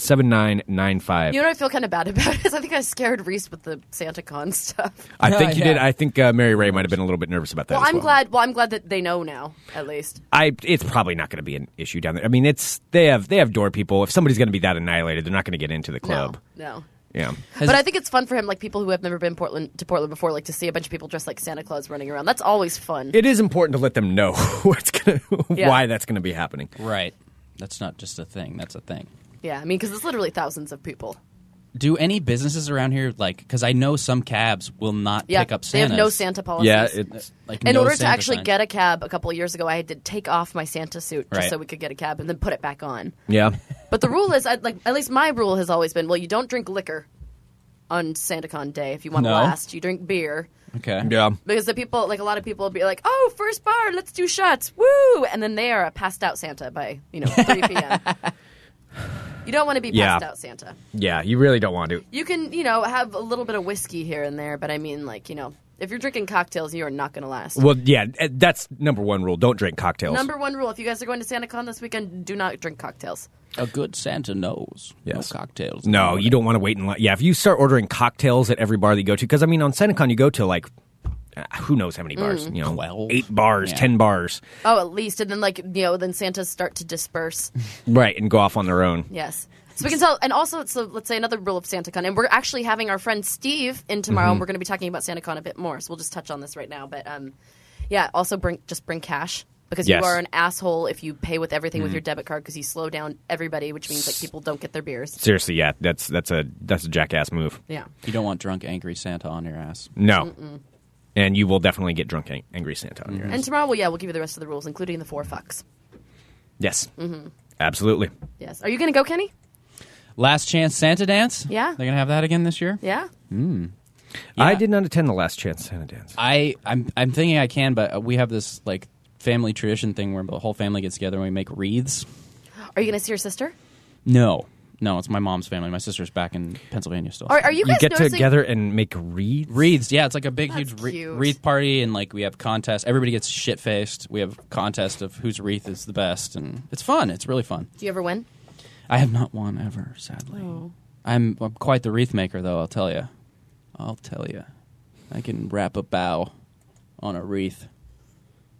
503-928-7995. You know what I feel kind of bad (laughs) about is I think I scared Reese with the SantaCon (laughs) stuff. I think you Yeah. did. I think uh, Mary Ray might have been a little bit nervous about that. Well, as I'm glad. Well, I'm glad that they know now, at least. I it's probably not going to be an issue down there. I mean, it's they have they have door people. If somebody's going to be that annihilated, they're not going to get into the club. No. no. Yeah. Has- but I think it's fun for him, like people who have never been Portland to Portland before, like to see a bunch of people dressed like Santa Claus running around. That's always fun. It is important to let them know (laughs) what's gonna, Yeah. why that's going to be happening. Right. That's not just a thing. That's a thing. yeah, I mean, because it's literally thousands of people. Do any businesses around here like? Because I know some cabs will not Yeah, pick up they Santas. Uh, have no Santa policies. Yeah, it's Like in no order to Santa actually signs. get a cab a couple of years ago, I had to take off my Santa suit just Right. so we could get a cab and then put it back on. (laughs) yeah. But the rule is, I- like at least my rule has always been, well, you don't drink liquor on SantaCon day if you want to No. last. You drink beer okay, Yeah. because the people, like a lot of people, will be like, "Oh, first bar, let's do shots, woo!" And then they are a passed out Santa by you know 3 (laughs) p.m. you don't want to be Yeah. passed out Santa. Yeah, you really don't want to. You can you know have a little bit of whiskey here and there, but I mean, like you know, if you're drinking cocktails, you are not going to last. Well, yeah, eh, that's number one rule. Don't drink cocktails. Number one rule: if you guys are going to SantaCon this weekend, do not drink cocktails. a good Santa knows. Yes. No cocktails. no, you don't want to wait in line. Yeah, if you start ordering cocktails at every bar that you go to, because I mean, on SantaCon you go to like uh, who knows how many bars? Mm. You know, 12. eight bars, Yeah. ten bars, Oh, at least, and then like you know, then Santas start to disperse. right? And go off on their own. Yes. So we can tell, and also, so let's say another rule of SantaCon, and we're actually having our friend Steve in tomorrow, and we're going to be talking about SantaCon a bit more. So we'll just touch on this right now, but um, yeah, also bring just bring cash because Yes. you are an asshole if you pay with everything with your debit card because you slow down everybody, which means like people don't get their beers. Seriously, yeah, that's that's a that's a jackass move. Yeah. You don't want drunk, angry Santa on your ass. No, and you will definitely get drunk, ang- angry Santa on your Mm-hmm. And tomorrow, well, yeah, we'll give you the rest of the rules, including the four fucks. Yes, Mm-hmm. absolutely. Yes. Are you going to go, Kenny? Last chance Santa dance. Yeah. they're gonna have that again this year. Yeah. I did not attend the Last Chance Santa dance. I I'm I'm thinking I can, but uh, we have this like family tradition thing where the whole family gets together and we make wreaths. Are you going to see your sister? No, no, it's my mom's family. My sister's back in Pennsylvania still. Are, are you you guys get noticing? together and make reads. Wreaths, yeah, it's like a big, That's huge wre- cute. wreath party, and like we have contests. Everybody gets shit faced. We have contest of whose wreath is the best, and it's fun. It's really fun. Do you ever win? I have not won ever, sadly. I'm, I'm quite the wreath maker, though. I'll tell you. I'll tell you. I can wrap a bow on a wreath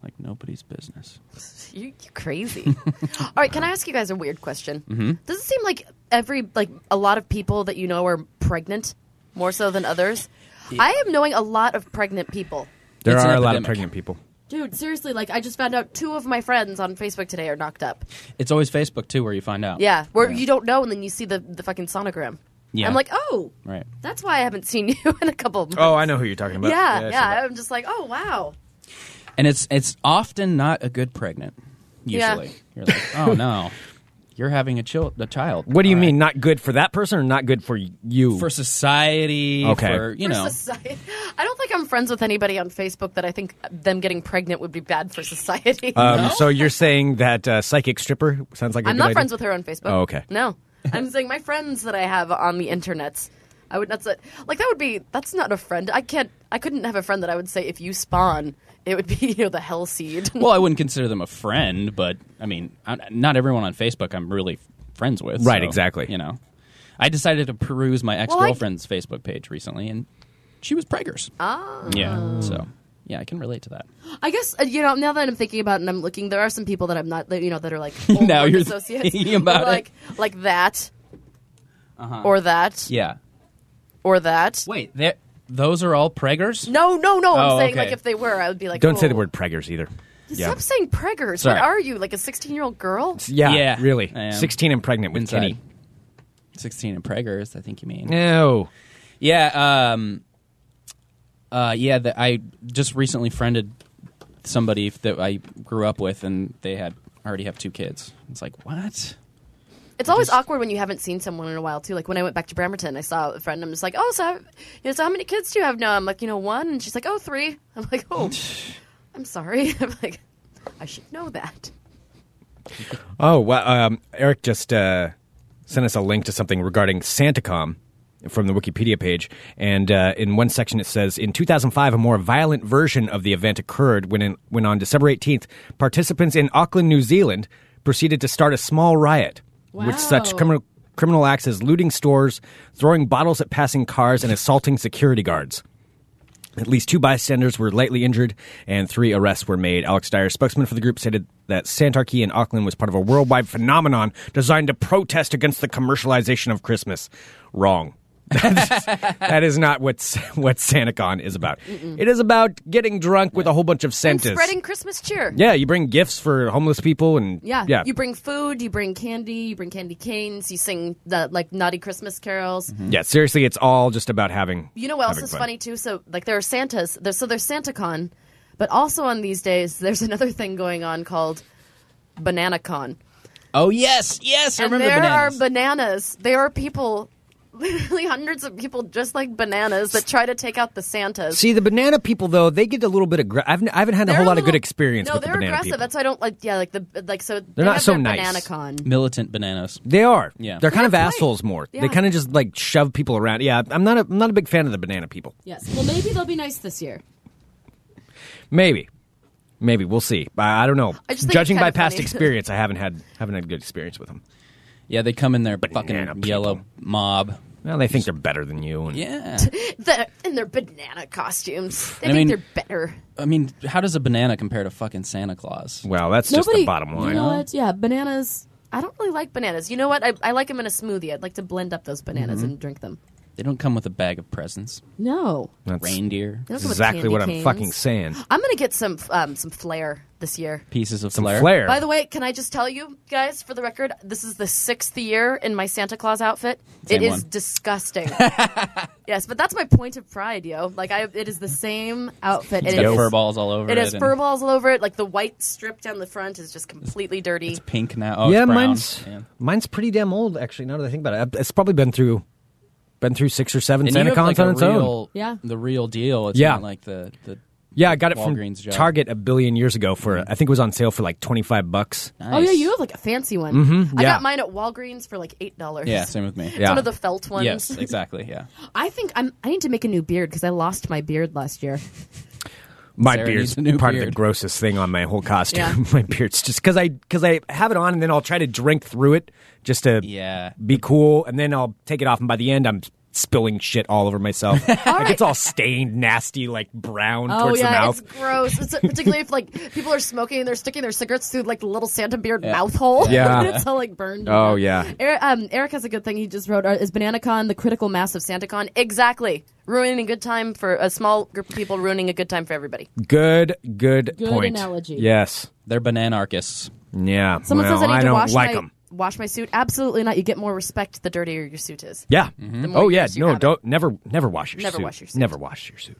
like nobody's business. You, you crazy. All right, can I ask you guys a weird question? Mm-hmm. Does it seem like every like a lot of people that you know are pregnant more so than others? I am knowing a lot of pregnant people. There It's an are a lot of epidemic. pregnant people. Dude, seriously, like I just found out two of my friends on Facebook today are knocked up. It's always Facebook too, where you find out. Yeah, where you don't know and then you see the the fucking sonogram. Yeah. I'm like, "Oh, Right. That's why I haven't seen (laughs) you in a couple of months." Oh, I know who you're talking about. yeah, I yeah, saw that. I'm just like, "Oh, wow." And it's it's often not a good pregnant. Yeah. Usually, you're like, (laughs) oh no, you're having a, chil- a child. What do you All right. mean, not good for that person or not good for you? for society? Okay. for, you for know, society. I don't think I'm friends with anybody on Facebook that I think them getting pregnant would be bad for society. (laughs) Uh, um, So you're saying that uh, psychic stripper sounds like a I'm good not idea? friends with her on Facebook. Oh, okay. No, I'm saying my friends that I have on the internet. I would that's a, like that would be that's not a friend. I can't. I couldn't have a friend that I would say if you spawn, it would be (laughs) you know the hell seed. well, I wouldn't consider them a friend, but I mean, I, not everyone on Facebook I'm really f- friends with. Right, so, exactly. You know, I decided to peruse my ex Well, I- girlfriend's Facebook page recently, and she was preggers. Ah. Yeah, so yeah, I can relate to that. I guess uh, you know now that I'm thinking about it and I'm looking, there are some people that I'm not that you know that are like old (laughs) Now work you're associates, thinking about or it. Uh-huh. like like that, or that, Yeah. or that. Wait, they're- those are all preggers? No, no, no. I'm Oh, saying okay. like if they were, I would be like, Don't say oh. the word preggers either. Yeah. Stop saying preggers. Sorry. What are you, like a 16 year old girl? Yeah, Yeah, really. I am. 16 and pregnant with Inside. Kenny. 16 and preggers, I think you mean. No. Yeah, um, uh, yeah. The, I just recently friended somebody that I grew up with, and they had already have two kids. It's like what? It's always awkward when you haven't seen someone in a while, too. Like when I went back to Bramerton, I saw a friend. I'm just like, oh, so, you know, so how many kids do you have now? I'm like, you know, one. And she's like, oh, three. I'm like, (laughs) oh, I'm sorry. (laughs) I'm like, I should know that. Oh, well, um, Eric just uh, sent us a link to something regarding SantaCom from the Wikipedia page. And uh, in one section, it says In 2005, a more violent version of the event occurred when, in, when on December 18th, participants in Auckland, New Zealand proceeded to start a small riot, which such Wow. criminal. Criminal acts as looting stores, throwing bottles at passing cars, and assaulting security guards. At least two bystanders were lightly injured and three arrests were made. Alex Dyer, spokesman for the group, stated that Santarchy in Auckland was part of a worldwide phenomenon designed to protest against the commercialization of Christmas. Wrong. (laughs) that is not what's, what SantaCon is about. It is about getting drunk with a whole bunch of And Santas. spreading Christmas cheer. yeah, you bring gifts for homeless people and Yeah. yeah. You bring food, you bring candy, you bring candy canes, you sing the like naughty Christmas carols. yeah, seriously, it's all just about having. You know what else having is fun. funny too? So like there are Santas. There's, so there's SantaCon, but also on these days there's (laughs) another thing going on called BananaCon. Oh yes, yes. I and remember there bananas. are bananas. There are people, (laughs) literally hundreds of people dressed like bananas that try to take out the Santas. See, the banana people though, they get a little bit of. Gra- I've, n- I haven't had a They're whole lot of little- good experience No, with the they're banana aggressive. people. That's why I don't like. Yeah, like the like. So they're not so nice. nice. BananaCon. militant bananas. They are. Yeah. They're kind of That's right. assholes more. Yeah. They kind of just like shove people around. Yeah, I'm not a, I'm not a big fan of the banana people. Yes. Well, maybe they'll be nice this year. Maybe. Maybe we'll see. I, I don't know. I just think Judging it's by kinda past funny. (laughs) experience, I haven't had haven't had a good experience with them. Yeah, they come in their Banana fucking yellow people. mob. Well, they think they're better than you. And Yeah. They're in their banana costumes. They And I think mean- they're better. I mean, how does a banana compare to fucking Santa Claus? well, that's just the bottom line. You know what? Yeah, bananas. I don't really like bananas. You know what? I, I like them in a smoothie. I'd like to blend up those bananas Mm-hmm. and drink them. They don't come with a bag of presents. No. That's Reindeer They don't come with exactly candy what I'm canes. fucking saying. I'm gonna get some um, some flair this year. pieces of Some flair. flair. By the way, can I just tell you guys, for the record, this is the sixth year in my Santa Claus outfit. Same it is (laughs) one. disgusting. yes, but that's my point of pride, yo. Like I, it is the same outfit. It's It got is- fur balls all over It it. has and fur balls all over it. Like the white strip down the front is just completely dirty. It's pink now. Oh, yeah, it's brown. mine's Yeah. mine's pretty damn old actually. Now that I think about it, it's probably been through been through six or seven And you Santa have, like, Cons on a its real, own. Yeah. the real deal. It's Yeah. not like the, the Yeah, I got it from Walgreens job. Target a billion years ago for I think it was on sale for like twenty five bucks. Oh yeah, you have like a fancy one. I Mm-hmm. yeah. got mine at Walgreens for like eight dollars. yeah, same with me. It's Yeah. one of the felt ones. Yes, exactly. Yeah, I think I'm. I need to make a new beard because I lost my beard last year. My Sarah beard's needs a new part of the beard. grossest thing on my whole costume. Yeah. (laughs) my beard's just because I because I have it on and then I'll try to drink through it just to yeah. be cool, and then I'll take it off, and by the end I'm spilling shit all over (laughs) myself. like right. it's all stained, nasty, like brown Oh towards yeah, the mouth. it's gross. It's particularly if like people are smoking and they're sticking their cigarettes through like the little Santa beard mouth hole. Yeah. (laughs) it's all like burned. Oh, yeah. Eric, um, Eric has a good thing. He just wrote: uh, "Is BananaCon the critical mass of SantaCon?" Exactly, ruining a good time for a small group of people, ruining a good time for everybody. Good, good, Good point. analogy. Yes. They're bananarchists. Yeah. Someone well, says I need I to don't wash like my them. wash my suit. Absolutely not. You get more respect the dirtier your suit is. Yeah. more Oh yeah. years you No. have it. Don't. Never. Never wash your Never suit. wash your suit. Never wash your suit.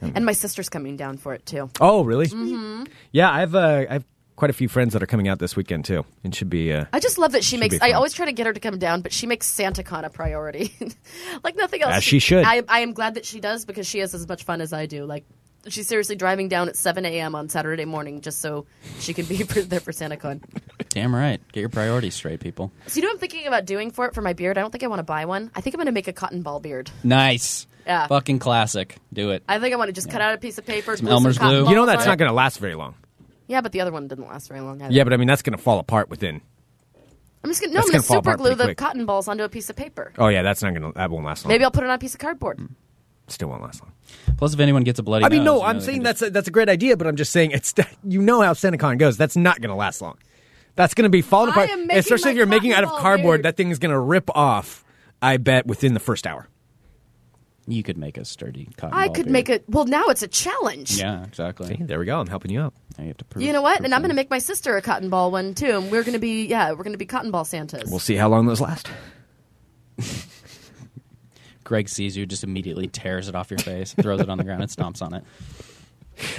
And my sister's coming down for it too. Oh really? Mm-hmm. Yeah. I've uh, I've quite a few friends that are coming out this weekend too, and should be. Uh, I just love that she Should makes. be fun. I always try to get her to come down, but she makes SantaCon a priority, (laughs) like nothing else. As she should. I, I am glad that she does because she has as much fun as I do. Like she's seriously driving down at 7 a.m. on Saturday morning just so she can be (laughs) for, there for SantaCon. Damn right. Get your priorities straight, people. So you know what I'm thinking about doing for it for my beard? I don't think I want to buy one. I think I'm going to make a cotton ball beard. Nice. Yeah. Fucking classic. Do it. I think I want to just cut out a piece of paper, Some glue Elmer's cotton glue. balls you know that's on it. not going to last very long. Yeah, but the other one didn't last very long. Either. Yeah, but I mean that's going to fall apart within. I'm just gonna no. that's I'm gonna gonna fall super apart glue pretty the quick. cotton balls onto a piece of paper. Oh yeah, that's not going to. That won't last long. Maybe I'll put it on a piece of cardboard. still won't last long. Plus, if anyone gets a bloody I mean, nose, you no, know I'm they saying can that's a, that's a great idea, but I'm just saying it's (laughs) you know how SantaCon goes. That's not going to last long. That's going to be falling I apart, am making especially my if you're making it out cotton of ball cardboard. beard. That thing is going to rip off. I bet within the first hour. You could make a sturdy cotton. Oh, I could make it. Well, now it's a challenge. Yeah, exactly. See, there we go. I'm helping you out. Now you have to prove. You know what? prove And I'm going to something. make my sister a cotton ball one too. And we're going to be yeah, we're going to be cotton ball Santas. We'll see how long those last. Greg sees you, just immediately tears it off your face, throws it on the ground, and (laughs) stomps on it.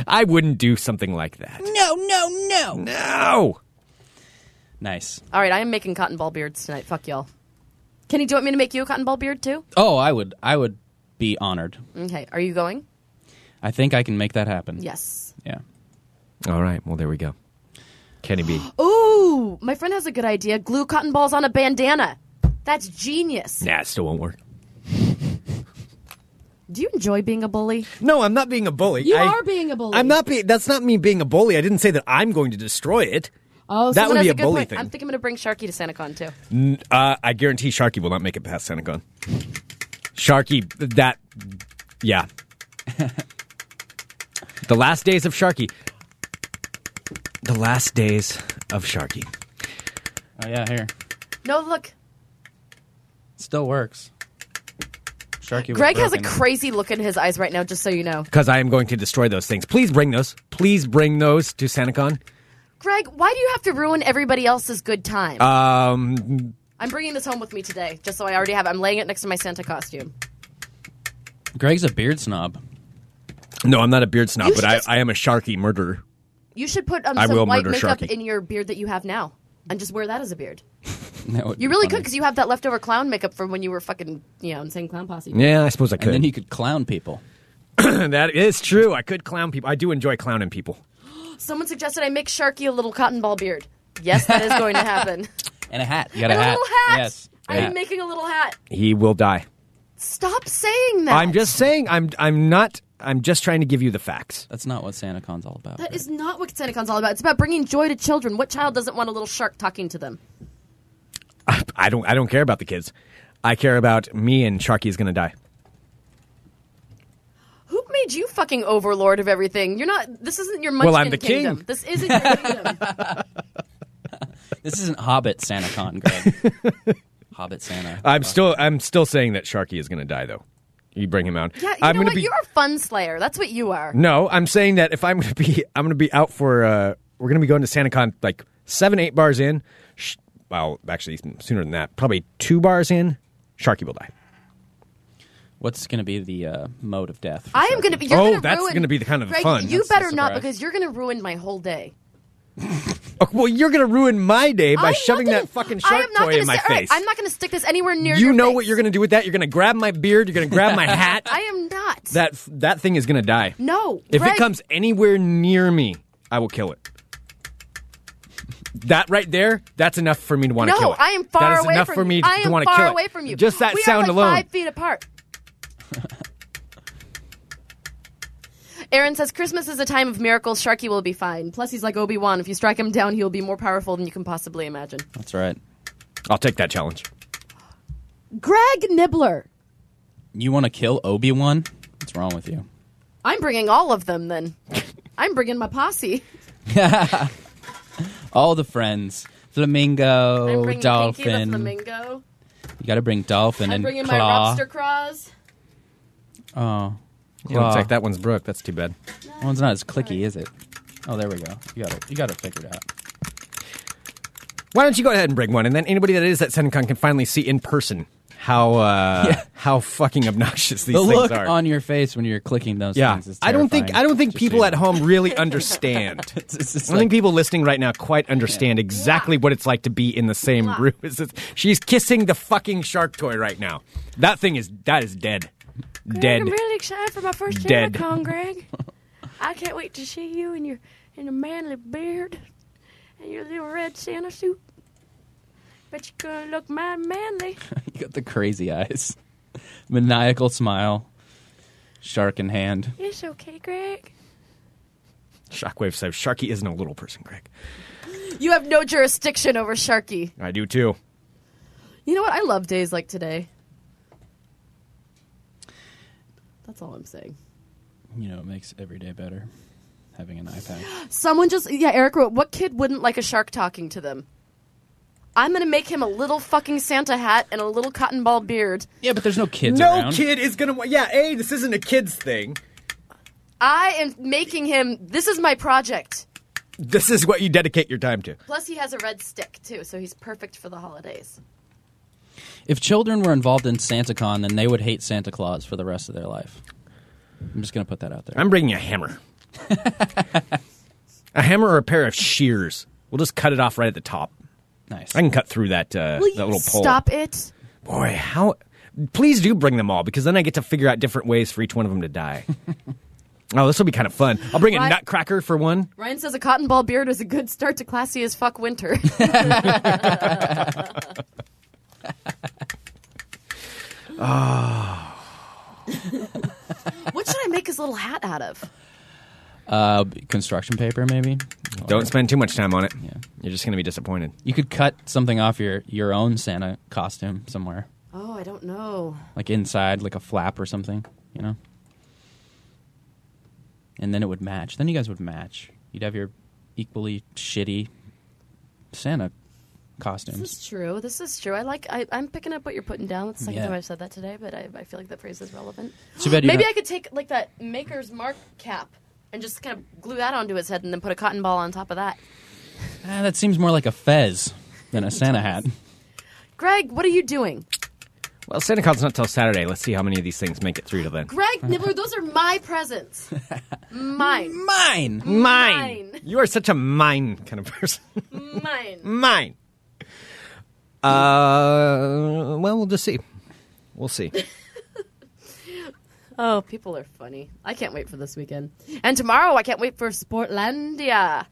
I wouldn't do something like that. No, no, Mm. no. No. Nice. All right, I am making cotton ball beards tonight. Fuck y'all. Kenny, do you want me to make you a cotton ball beard too? Uh Oh, I would, I would be honored. Okay. Are you going? I think I can make that happen. Yes. Yeah. All right. Well, there we go. Kenny (gasps) B. Ooh, my friend has a good idea. Glue cotton balls on a bandana. That's genius. nah, it still won't work. Do you enjoy being a bully? No, I'm not being a bully. You I- are being a bully. I'm not being. That's not me being a bully. I didn't say that I'm going to destroy it. Oh, That so would That's be a a good bully point. thing. I'm thinking I'm going to bring Sharky to SantaCon too. Uh, I guarantee Sharky will not make it past Senegon. Sharky, that, yeah. (laughs) the last days of Sharky. The last days of Sharky. Oh yeah, here. No, look, Still works. Sharky. was Greg has a broken. crazy look in his eyes right now. Just so you know, Because I am going to destroy those things. Please bring those. Please bring those to SantaCon. Greg, why do you have to ruin everybody else's good time? Um, I'm bringing this home with me today, just so I already have. it. I'm laying it next to my Santa costume. Greg's a beard snob. no, I'm not a beard snob, You but should I, just- I am a Sharky murderer. You should put um, I some will white murder makeup Sharky. in your beard that you have now, and just wear that as a beard. That would You be really could funny. because you have that leftover clown makeup from when you were fucking, you know, insane clown posse. Yeah, I suppose I And could. then you could clown people. that is true. I could clown people. I do enjoy clowning people. Someone suggested I make Sharky a little cotton ball beard. Yes, that is going to happen. (laughs) And a hat. You got a a hat. little hat. Yes. I'm Yeah. making a little hat. He will die. Stop saying that. I'm just saying. I'm. I'm not. I'm just trying to give you the facts. That's not what SantaCon's all about. That Greg. is not what SantaCon's all about. It's about bringing joy to children. What child doesn't want a little shark talking to them? I don't. I don't care about the kids. I care about me and Sharky is going to die. Who made you fucking overlord of everything? You're not. This isn't your munchkin Well, I'm the king. kingdom. This isn't your kingdom. (laughs) This isn't Hobbit SantaCon, Greg. (laughs) Hobbit Santa. Uh, I'm still. I'm still saying that Sharky is going to die though. You bring him out. Yeah, you I'm know gonna what? be. Mm, You're a fun slayer. That's what you are. No, I'm saying that if I'm going to be, I'm going to be out for. Uh, we're going to be going to SantaCon like seven, eight bars in. Sh- well, actually sooner than that, probably two bars in. Sharky will die. What's going to be the uh, mode of death? for I am Sharky? going to be. You're Oh, gonna that's ruin, gonna be the kind of Greg, fun. You That's better the not surprise. because you're going to ruin my whole day. Oh, well, you're going to ruin my day by I'm not shoving gonna- that fucking I shark am not toy gonna in my sti- all face. right, I'm not going to stick this anywhere near. you your know face. what you're going to do with that? You're going to grab my beard. You're going to (laughs) grab my hat. I am not. that that thing is going to die. no. If Greg, it comes anywhere near me, I will kill it. That right there, that's enough for me to want to No, kill it. I am far That is away enough from for me you. to I am want to far kill it. away from you. Just that we sound are like alone. Five feet apart. Aaron says Christmas is a time of miracles. Sharky will be fine. Plus, he's like Obi Wan. If you strike him down, he will be more powerful than you can possibly imagine. That's right. I'll take that challenge. Greg Nibbler. You want to kill Obi Wan? What's wrong with you? I'm bringing all of them then. I'm bringing (laughs) my posse. All the friends. I'm Flamingo, bringing Pinky the dolphin. flamingo. You got to bring dolphin I'm and bringing claw. my lobster craws. oh, It looks Claw. like that one's broke. That's too bad. That one's not as clicky, is it? Oh, there we go. You got it. You got it figured out. Why don't you go ahead and bring one, and then anybody that is at SenCon can finally see in person how uh, (laughs) Yeah. how fucking obnoxious these The things look are. on your face when you're clicking those yeah, things is I don't think terrifying, I don't think just so people you at know. home really understand. It's- (laughs) it's just I don't like- think people listening right now quite understand exactly what it's like to be in the same room as this. She's kissing the fucking shark toy right now. That thing is that is dead, dead. I'm really excited for my first Dead. (laughs) Con, Greg. I can't wait to see you in your in a manly beard and your little red Santa suit. Bet you're gonna look mighty manly. You got the crazy eyes, (laughs) maniacal smile, shark in hand. It's okay, Greg. Shockwave says Sharky isn't a little person, Greg. You have no jurisdiction over Sharky. I do too. You know what? I love days like today. That's all I'm saying. You know, it makes every day better having an iPad. (gasps) Someone just yeah, Eric wrote, "What kid wouldn't like a shark talking to them?" I'm gonna make him a little fucking Santa hat and a little cotton ball beard. Yeah, but there's no kids No around. kid is gonna. wa- Yeah, a this isn't a kids thing. I am making him. This is my project. This is what you dedicate your time to. Plus, he has a red stick too, so he's perfect for the holidays. If children were involved in SantaCon, then they would hate Santa Claus for the rest of their life. I'm just going to put that out there. I'm bringing a hammer. a hammer or a pair of shears. We'll just cut it off right at the top. Nice. I can cut through that uh, Will that you little pole. stop it? Boy, how? Please do bring them all because then I get to figure out different ways for each one of them to die. oh, this will be kind of fun. I'll bring a Right. nutcracker for one. Ryan says a cotton ball beard is a good start to classy as fuck (laughs) winter. what should I make his little hat out of? Uh, construction paper, maybe. Don't spend too much time on it. Yeah. You're just going to be disappointed. You could cut something off your your own Santa costume somewhere, Oh, I don't know. like inside, like a flap or something. You know. And then it would match. Then you guys would match. You'd have your equally shitty Santa This costumes. is true. This is true. I like. I, I'm picking up what you're putting down. That's the second Yeah. time I've said that today, but I, I feel like that phrase is relevant. Too bad you Maybe don't- I could take like that maker's mark cap and just kind of glue that onto his head, and then put a cotton ball on top of that. Ah, that seems more like a fez than a Santa hat. Greg, what are you doing? Well, SantaCon's not till Saturday. Let's see how many of these things make it through till then. Greg Nibbler, those are my (laughs) presents. Mine. Mine. Mine. Mine. You are such a mine kind of person. (laughs) Mine. mine. Uh, well, we'll just see. We'll see. Oh, people are funny. I can't wait for this weekend. And tomorrow, I can't wait for Sportlandia.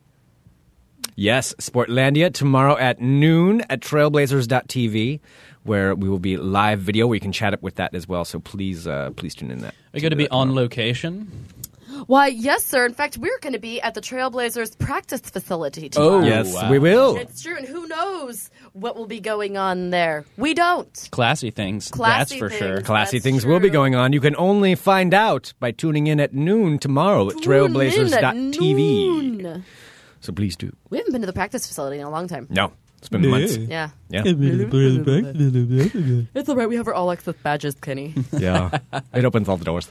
Yes, Sportlandia tomorrow at noon at trailblazers.tv, where we will be live video. We can chat up with that as well. So please, uh, please tune in that. Are you going to be on location? Why, yes, sir. In fact, we're going to be at the Trailblazers practice facility tomorrow. Oh, Yes, wow. we will. It's true, and who knows what will be going on there? We don't. Classy things. Classy that's for things. sure. Classy That's things will be true. going on. You can only find out by tuning in at noon tomorrow at trailblazers.tv. Noon. So please do. We haven't been to the practice facility in a long time. No, it's been months. Yeah. Mm. Yeah. (laughs) It's all right. We have our all access badges, Kenny, Yeah. it opens all the doors.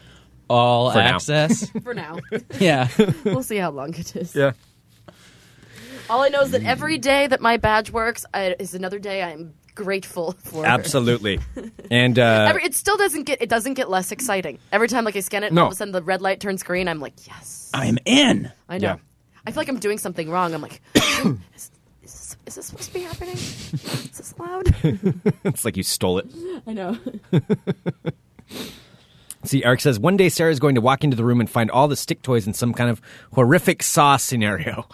All For now. (laughs) access. (laughs) for (laughs) now. yeah. we'll see how long it is. Yeah. All I know is that every day that my badge works I, is another day I'm grateful (laughs) for. Absolutely. And uh, Every, it still doesn't get it doesn't get less exciting. Every time like I scan it, and No. all of a sudden the red light turns green. I'm like, yes, I'm in. I know. Yeah. I feel like I'm doing something wrong. I'm like, (coughs) is, is, this, is this supposed to be happening? Is this (laughs) loud? it's like you stole it. I know. See, Eric says one day Sarah's going to walk into the room and find all the stick toys in some kind of horrific saw scenario.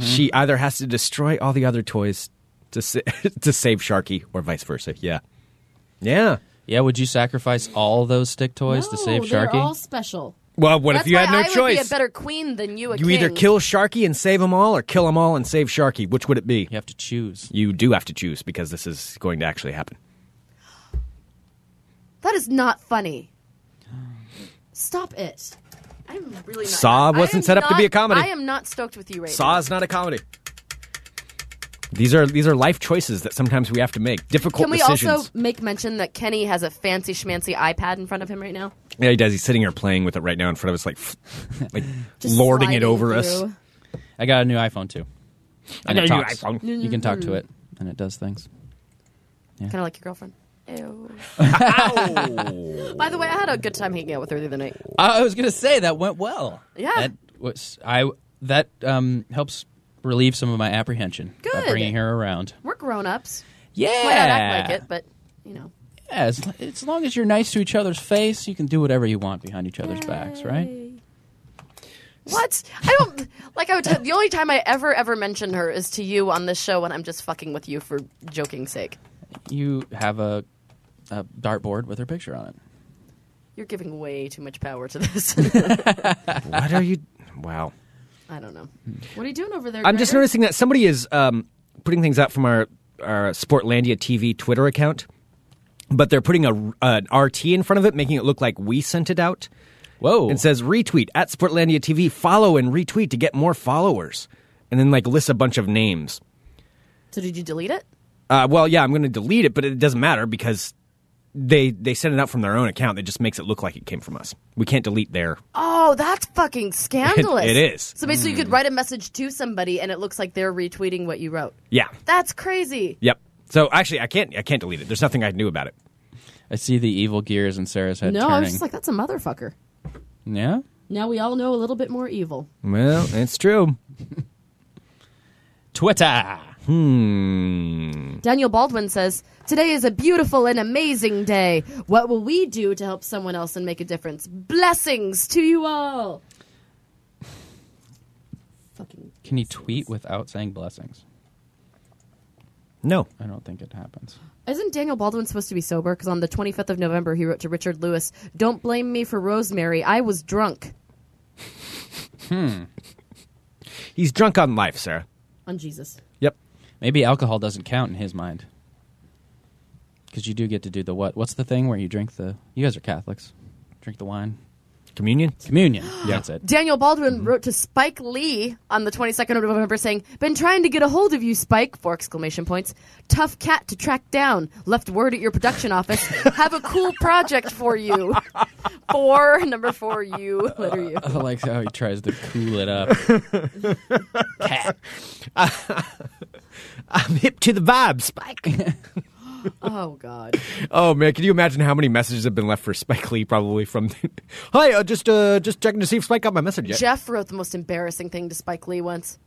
She either has to destroy all the other toys to sa- (laughs) to save Sharky, or vice versa. Yeah, yeah. Yeah, would you sacrifice all those stick toys to save they're Sharky? all special. Well, what That's if you had why no I would be a choice? better queen than you. A you either king. kill Sharky and save them all, or kill them all and save Sharky. Which would it be? You have to choose. You do have to choose because this is going to actually happen. That is not funny. Stop it. I'm really not. Saw I wasn't am set up to be not- a comedy. I am not stoked with you right Saw is not a comedy. These are these are life choices that sometimes we have to make. Difficult Can we decisions. also make mention that Kenny has a fancy schmancy iPad in front of him right now? Yeah, he does. He's sitting here playing with it right now in front of us, like, (laughs) f- like lording it sliding over us. through. I got a new iPhone too. And got it a new talks. iPhone. You can talk Mm-hmm. to it, and it does things. Kind of like your girlfriend. Ew. (laughs) By the way, I had a good time hanging out with her the other night. I was gonna say that went well. Yeah. that was I. That um, helps relieve some of my apprehension about Good. bringing her around. We're grown ups. Yeah, Might not act like it, but you know. yeah, as, as long as you're nice to each other's face, you can do whatever you want behind each other's backs, right? What? I don't like. I would. T- the only time I ever ever mention her is to you on this show when I'm just fucking with you for joking sake. You have a, a dartboard with her picture on it. You're giving way too much power to this. (laughs) What are you? Wow. I don't know. What are you doing over there? I'm just Gregor? noticing that somebody is um, putting things out from our our Sportlandia TV Twitter account, but they're putting a an RT in front of it, making it look like we sent it out. Whoa! It says retweet at Sportlandia TV, follow and retweet to get more followers, and then like lists a bunch of names. So did you delete it? Uh, well, yeah, I'm going to delete it, but it doesn't matter because they they sent it out from their own account. That just makes it look like it came from us. We can't delete their. Oh, that's fucking scandalous. It- it is. Mm. So basically, you could write a message to somebody, and it looks like they're retweeting what you wrote. Yeah. That's crazy. Yep. So actually, I can't I can't delete it. There's nothing I can do about it. I see the evil gears in Sarah's head no, turning. I was just like, that's a motherfucker. yeah. Now we all know a little bit more evil. Well, it's true. Twitter. Hmm. Daniel Baldwin says, Today is a beautiful and amazing day. What will we do to help someone else and make a difference? Blessings to you all. (sighs) Fucking. Can you tweet without saying blessings? No. I don't think it happens. Isn't Daniel Baldwin supposed to be sober? Because on the 25th of November, he wrote to Richard Lewis, Don't blame me for Rosemary. I was drunk Hmm. He's drunk on life, Sarah. on Jesus. Yep. Maybe alcohol doesn't count in his mind. Because you do get to do the what? What's the thing where you drink the. You guys are Catholics. Drink the wine. Communion? Communion. That's it. (gasps) Daniel Baldwin wrote to Spike Lee on the 22nd of November saying, "Been trying to get a hold of you, Spike!" Four exclamation points. Tough cat to track down. Left word at your production office. Have a cool project for you. Four number four. You letter you. I like how he tries to cool it up. Cat. I'm hip to the vibe, Spike. Oh God. oh man, can you imagine how many messages have been left for Spike Lee? Probably from. (laughs) Hi, uh, just uh, just checking to see if Spike got my message yet. Jeff wrote the most embarrassing thing to Spike Lee once.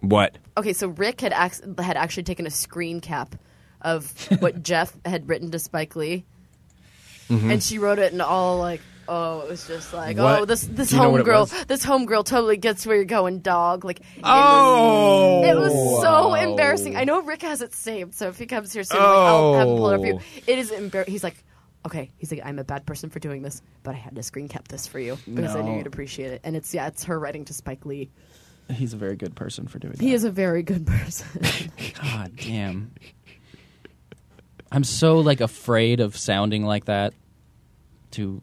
what? Okay, so Rick had ac- had actually taken a screen cap of what Jeff had written to Spike Lee, and she wrote it in all like, oh, it was just like, Mm-hmm. What? oh, this this Do you know what it homegirl, was? this homegirl totally gets where you're going, dog. Like, it Oh, was, it was so embarrassing. I know Rick has it saved, so if he comes here soon, like, I'll have him pull it up for you. Oh. It is embarrassing. He's like. Okay, he's like, I'm a bad person for doing this, but I had to screen cap this for you because I knew No. you'd appreciate it. And it's yeah, it's her writing to Spike Lee. He's a very good person for doing He is a very good person. (laughs) God damn. I'm so like afraid of sounding like that to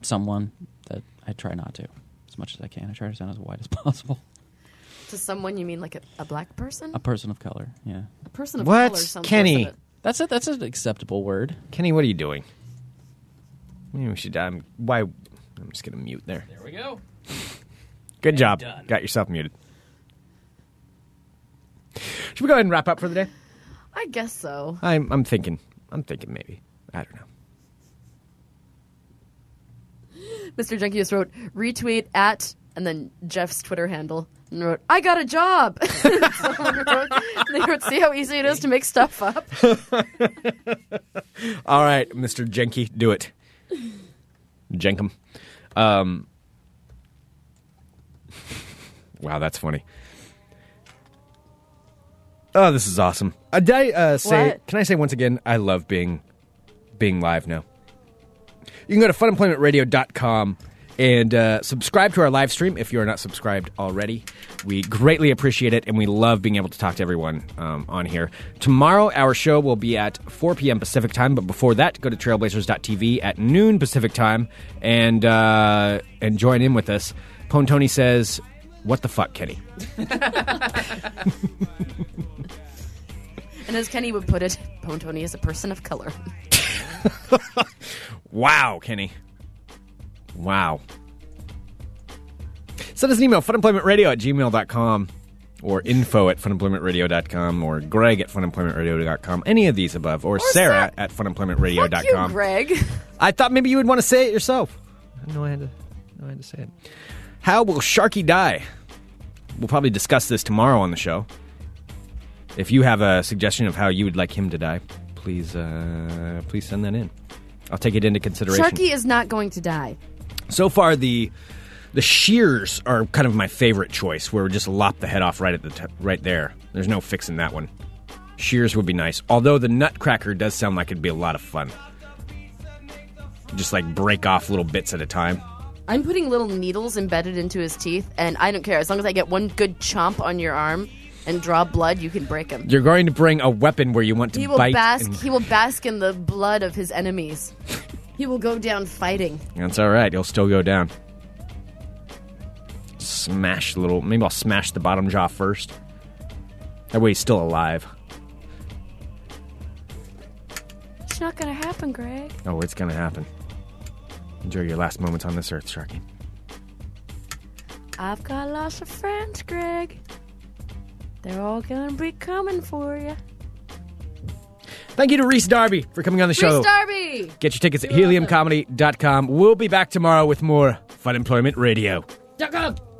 someone that I try not to as much as I can. I try to sound as white as (laughs) possible. To someone you mean like a, a black person? A person of color, yeah. A person of What? color sounds Kenny. worse than That's a, that's an acceptable word. Kenny, what are you doing? Maybe we should. Um, why? I'm just gonna mute there. There we go. Good job. done. Got yourself muted. Should we go ahead and wrap up for the day? it. I guess so. I'm I'm thinking. I'm thinking maybe. I don't know. Mr. Junkie just wrote retweet at and then Jeff's Twitter handle and wrote, I got a job. (laughs) Someone wrote, they wrote, see how easy it is to make stuff up. All right, Mr. Jenky, do it. Jenkum. Um, wow, that's funny. Oh, this is awesome. Uh, did I uh, say? What? Can I say once again? I love being being live now. You can go to funemploymentradio.com and uh, subscribe to our live stream if you are not subscribed already. We greatly appreciate it, and we love being able to talk to everyone um, on here. Tomorrow, our show will be at 4 p.m. Pacific time, but before that, go to trailblazers.tv at noon Pacific time and, uh, and join in with us. Pone Tony says, What the fuck, Kenny? And as Kenny would put it, Pone Tony is a person of color. Wow, Kenny. Wow. Send us an email, funemploymentradio at gmail.com or info at funemploymentradio.com or greg at funemploymentradio.com. Any of these above. Or, Sarah at Fuck you, funemploymentradio.com. Greg. I thought maybe you would want to say it yourself. I had no idea no had to say it. How will Sharky die? We'll probably discuss this tomorrow on the show. If you have a suggestion of how you would like him to die, please uh, please send that in. I'll take it into consideration. Sharky is not going to die. So far, the the shears are kind of my favorite choice, where we just lop the head off right at the t- right there. There's no fixing that one. Shears would be nice, although the nutcracker does sound like it'd be a lot of fun. Just like break off little bits at a time. I'm putting little needles embedded into his teeth, and I don't care. As long as I get one good chomp on your arm and draw blood, you can break him. You're going to bring a weapon where you want to He will bite. bask. and- He will bask in the blood of his enemies. he will go down fighting. That's all right. He'll still go down. Smash the little. Maybe I'll smash the bottom jaw first. That way he's still alive. not gonna happen, Greg. Oh, it's gonna happen. Enjoy your last moments on this earth, Sharky. I've got lots of friends, Greg. They're all gonna be coming for you. Thank you to Reese Darby for coming on the show. Reese Darby! Get your tickets at heliumcomedy.com. We'll be back tomorrow with more Fun Employment Radio. Duck up!